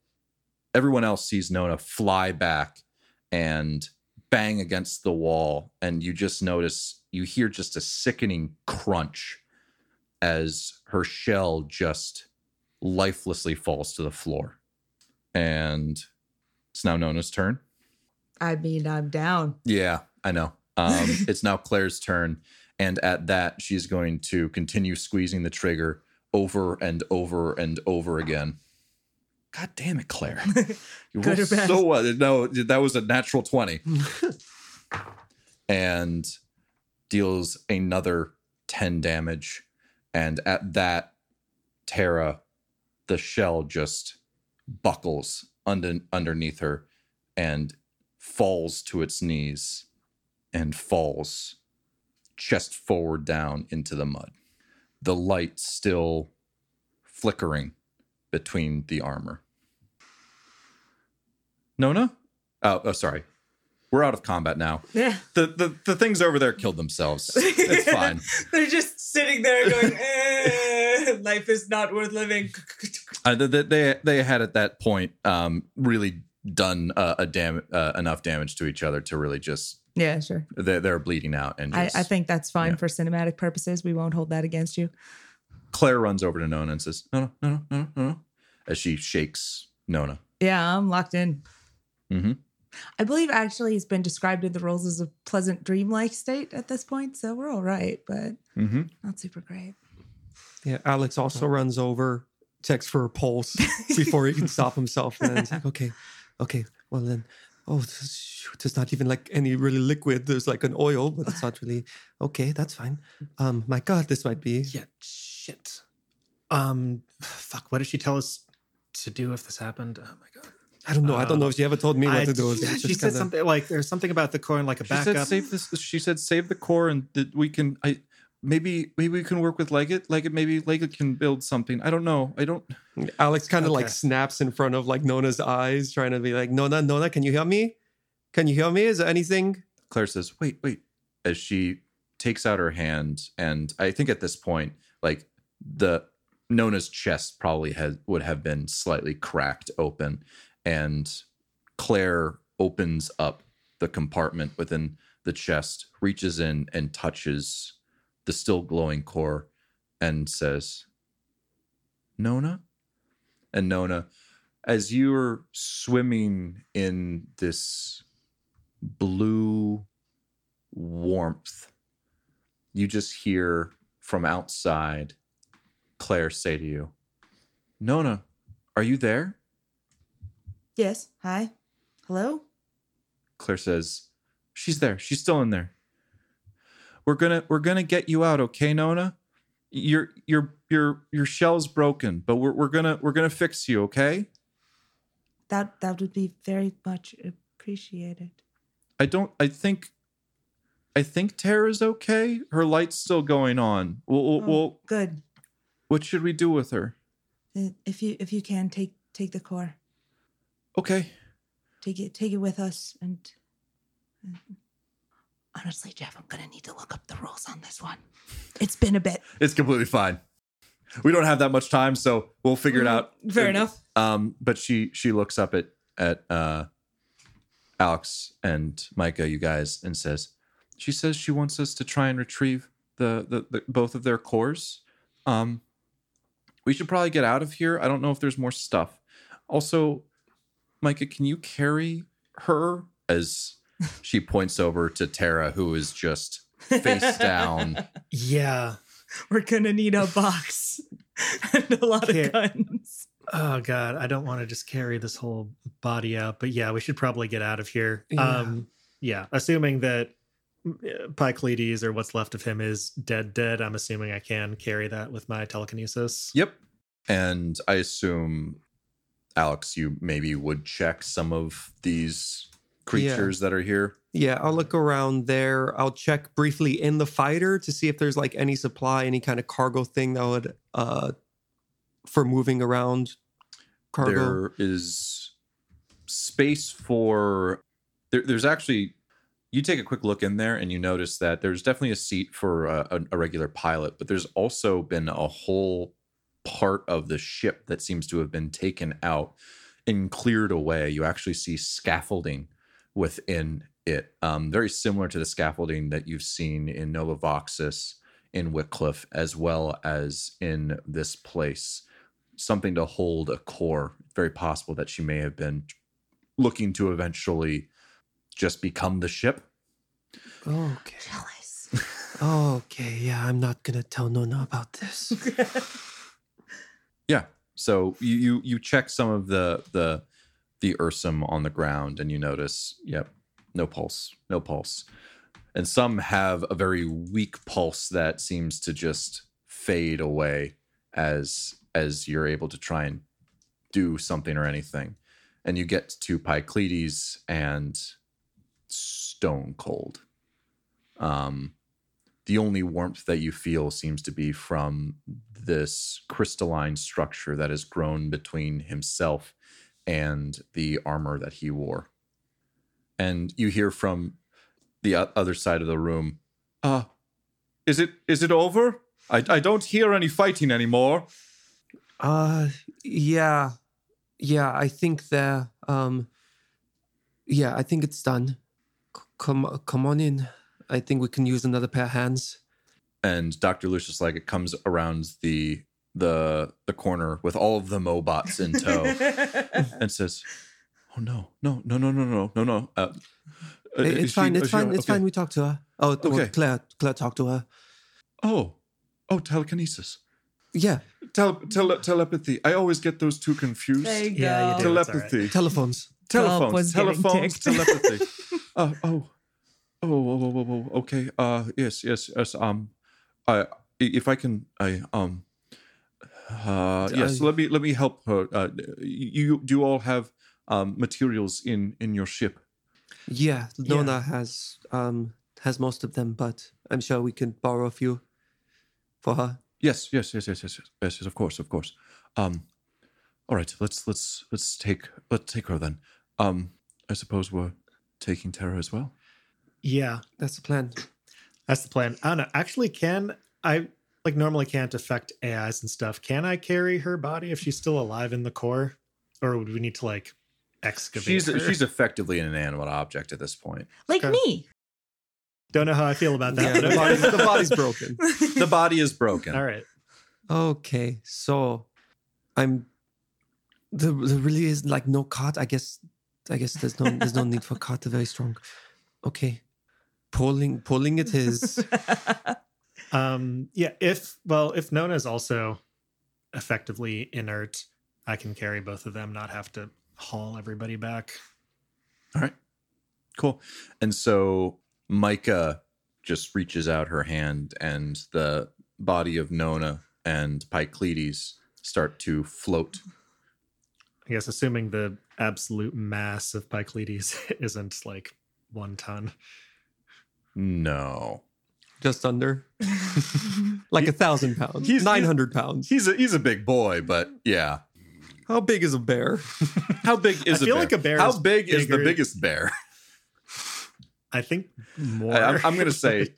Everyone else sees Nona fly back and bang against the wall. And you just notice, you hear just a sickening crunch as her shell just lifelessly falls to the floor. And it's now Nona's turn. I mean, I'm down. Yeah, I know. Um, it's now Claire's turn. And at that, she's going to continue squeezing the trigger over and over and over again. God damn it, Claire. You Good rolled or bad? so well. No, that was a natural 20. and deals another 10 damage. And at that, Tara, the shell just buckles under, underneath her and falls to its knees and falls chest forward down into the mud. The light still flickering between the armor. Nona? Oh, oh sorry. We're out of combat now. Yeah. The, the the things over there killed themselves. It's fine. They're just sitting there going, eh, life is not worth living. Uh, th- th- they they had at that point um, really done uh, a dam- uh, enough damage to each other to really just Yeah, sure. they're, they're bleeding out and I, just, I think that's fine Yeah. for cinematic purposes. We won't hold that against you. Claire runs over to Nona and says, "No, no, no, no, no, no," as she shakes Nona. Yeah, I'm locked in. Mhm. I believe actually it's been described in the rules as a pleasant dreamlike state at this point, so we're all right, but Mm-hmm. not super great. Yeah. Alex also runs over, checks for a pulse before he can stop himself, and then it's like, okay, okay, well then. Oh, this- shoot, there's not even like any really liquid. There's like an oil, but it's not really okay. That's fine. Um, my God, this might be Yeah, shit. Um, fuck. What did she tell us to do if this happened? Oh my god. I don't know. I don't know if she ever told me what I- to do. It's She just said kinda- something like there's something about the coin, like a She said, backup. "Save this." She said, "Save the core, and that we can." I maybe maybe we can work with Leggett. Leggett maybe Leggett can build something. I don't know. I don't. Alex kind of like Okay. snaps in front of like Nona's eyes, trying to be like, Nona, Nona, can you hear me? Can you hear me? Is there anything? Claire says, "Wait, wait." As she takes out her hand, and I think at this point, like the Nona's chest probably had would have been slightly cracked open, and Claire opens up the compartment within the chest, reaches in and touches the still glowing core, and says, "Nona," and Nona, as you're swimming in this blue warmth. You just hear from outside Claire say to you, Nona, are you there? Yes. Hi. Hello? Claire says, She's there. She's still in there. We're gonna we're gonna get you out, okay, Nona? your your your your shell's broken, but we're we're gonna we're gonna fix you, okay? That that would be very much appreciated. I don't. I think. I think Tara's okay. Her light's still going on. We'll, we'll, Oh, we'll Good. what should we do with her? Uh, If you if you can take take the core, Okay. take it take it with us. And, and- honestly, Jeff, I'm gonna need to look up the rules on this one. It's been a bit. It's completely fine. We don't have that much time, so we'll figure it out. Mm-hmm. Fair Uh, enough. Um, but she she looks up at at uh, Alex and Micah, you guys, and says, she says she wants us to try and retrieve the the, the both of their cores. Um, we should probably get out of here. I don't know if there's more stuff. Also, Micah, can you carry her as she points over to Tara, who is just face down. Yeah. We're gonna need a box and a lot Here. of guns. Oh God, I don't want to just carry this whole body out, but yeah, we should probably get out of here. Yeah. Um, yeah, assuming that uh, Pycleides or what's left of him is dead, dead. I'm assuming I can carry that with my telekinesis. Yep. And I assume, Alex, you maybe would check some of these creatures that are here. Yeah, I'll look around there. I'll check briefly in the fighter to see if there's like any supply, any kind of cargo thing that would uh for moving around cargo. There is space for. There, there's actually. You take a quick look in there and you notice that there's definitely a seat for a, a, a regular pilot, but there's also been a whole part of the ship that seems to have been taken out and cleared away. You actually see scaffolding within it, um, very similar to the scaffolding that you've seen in Nova Voxis, in Wycliffe, as well as in this place. Something to hold a core. Very possible that she may have been looking to eventually just become the ship. Okay. Jealous. Okay, yeah, I'm not gonna tell Nona about this. So you you, you check some of the the the Ursum on the ground, and you notice, yep, no pulse, no pulse, and some have a very weak pulse that seems to just fade away as as you're able to try and do something or anything, and you get to Pycleides and Stone Cold. Um, the only warmth that you feel seems to be from this crystalline structure that has grown between himself and the armor that he wore. And you hear from the o- other side of the room, "Uh, is it is it over? I I don't hear any fighting anymore." Uh yeah. Yeah, I think the um yeah, I think it's done. C- come uh, come on in. I think we can use another pair of hands. And Dr. Lucius like it comes around the the the corner with all of the mobots in tow and says, "Oh no. No, no, no, no, no. No, no. Uh, uh, It- is it's she- fine, is it's she- fine, it's okay. fine. We talk to her. Oh, well, Okay. Claire Claire talked to her. Oh, oh, telekinesis, Yeah, Tele- tele- telepathy. I always get those two confused. There you Yeah, go. you do. it's all right. telepathy, telephones. Gulp was telephones, getting telephones, ticked. telepathy. uh, oh, oh, oh, oh, oh, oh, okay. Uh, yes, yes, yes. Um, I i- if I can, I um, uh, yes. I- let me let me help her. Uh, you do you all have um materials in in your ship? Yeah, Nona has um has most of them, but I'm sure we can borrow a few for her. Yes, yes, yes, yes, yes, yes, yes, yes, of course, of course. Um, all right, let's let's let's take let's take her then. Um, I suppose we're taking Tara as well. Yeah, That's the plan. that's the plan. I don't know. Actually, can I like normally can't affect AIs and stuff? Can I carry her body if she's still alive in the core, or would we need to like excavate? She's her? she's effectively an inanimate object at this point. Like Okay. me. don't know how I feel about that. Yeah, but the, body's, okay. the body's broken. The body is broken. All right. Okay, so I'm there, there really is like no cart. I guess I guess there's no there's no need for cart. They're very strong. Okay. Pulling pulling it is Um, yeah, if well, if Nona's also effectively inert, I can carry both of them, not have to haul everybody back. Cool. And so Micah just reaches out her hand, and the body of Nona and Pycleides start to float. I guess assuming the absolute mass of Pycleides isn't like one ton. No. just under like a thousand pounds, He's- nine hundred pounds. He's a he's a big boy, but yeah. How big is a bear? How big is I a feel bear? like a bear How is big is the bigger- biggest bear? I think more. I, am going to say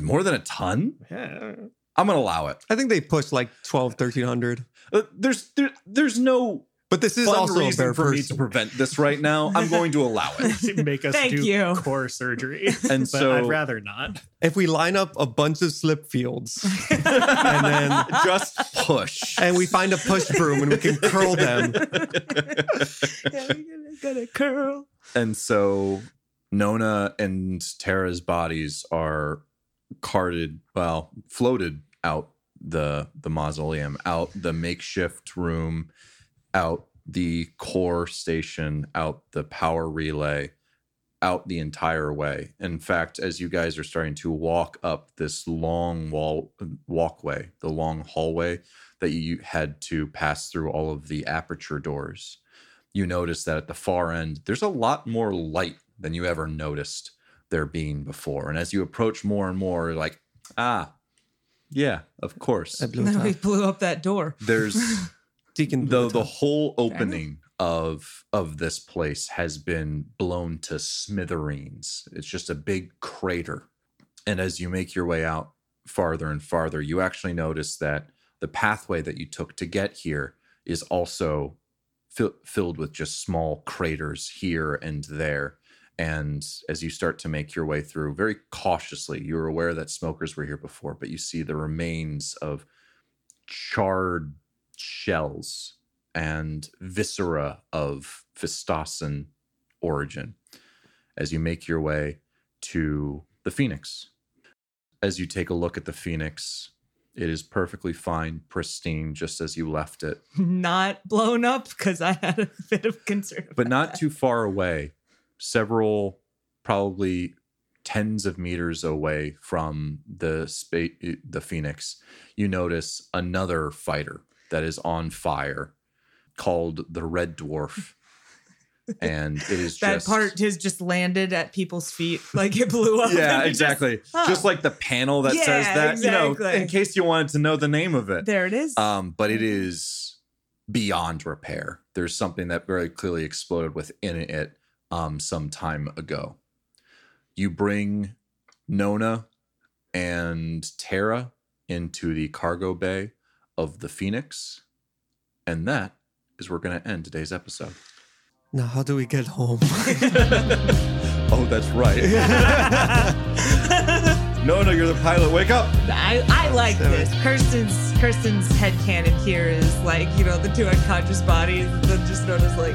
more than a ton. Yeah. I'm going to allow it. I think they push like 12, 1300. Uh, there's there, there's no But this is fun also a reason bear for me to person. prevent this right now. I'm going to allow it. To make us Thank do you. core surgery. And but so I'd rather not. If we line up a bunch of slip fields and and then just push. and we find a push broom and we can curl them. gonna curl. And so Nona and Tara's bodies are carted, well, floated out the the mausoleum, out the makeshift room, out the core station, out the power relay, out the entire way. In fact, as you guys are starting to walk up this long wall walkway, the long hallway that you had to pass through all of the aperture doors you notice that at the far end, there's a lot more light than you ever noticed there being before. And as you approach more and more, you're like, ah, yeah, of course. At And blow then we time. blew up that door. There's Deacon the blow the time. whole opening of of this place has been blown to smithereens. It's just a big crater. And as you make your way out farther and farther, you actually notice that the pathway that you took to get here is also fi- filled with just small craters here and there. And as you start to make your way through, very cautiously, you're aware that smokers were here before, but you see the remains of charred shells and viscera of Fistasan origin as you make your way to the Phoenix. As you take a look at the Phoenix, it is perfectly fine, pristine, just as you left it. Not blown up because I had a bit of concern. But not too far away, several, probably tens of meters away from the spa- the Phoenix, you notice another fighter that is on fire called the Red Dwarf. and it is that just part has just landed at people's feet like it blew up. yeah, and we just- exactly. Just, huh. like the panel that says Yeah, that, you know, exactly. in case you wanted to know the name of it. there it is. Um, but it is beyond repair. There's something that very clearly exploded within it um, some time ago. You bring Nona and Tara into the cargo bay of the Phoenix, and that is where we're going to end today's episode. Now how do we get home? Oh, that's right. Uh, Nona, you're the pilot. Wake up. I, I like So- this. Kirsten's Kirsten's headcanon here is like, you know, the two unconscious bodies and then just known as like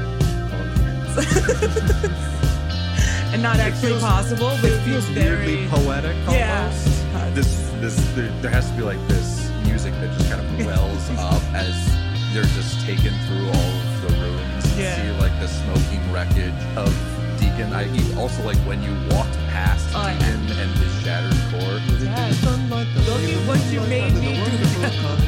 and not actually feels- possible, but it feels very weirdly poetic almost. Yeah. Uh, This this there, there has to be like this music that just kind of wells up as they're just taken through all of the ruins. You Yeah. see like the smoking wreckage of Deacon. I you also like when you walked past Oh, yeah. Deacon and his shattered core. Yeah. Look at what you made me do.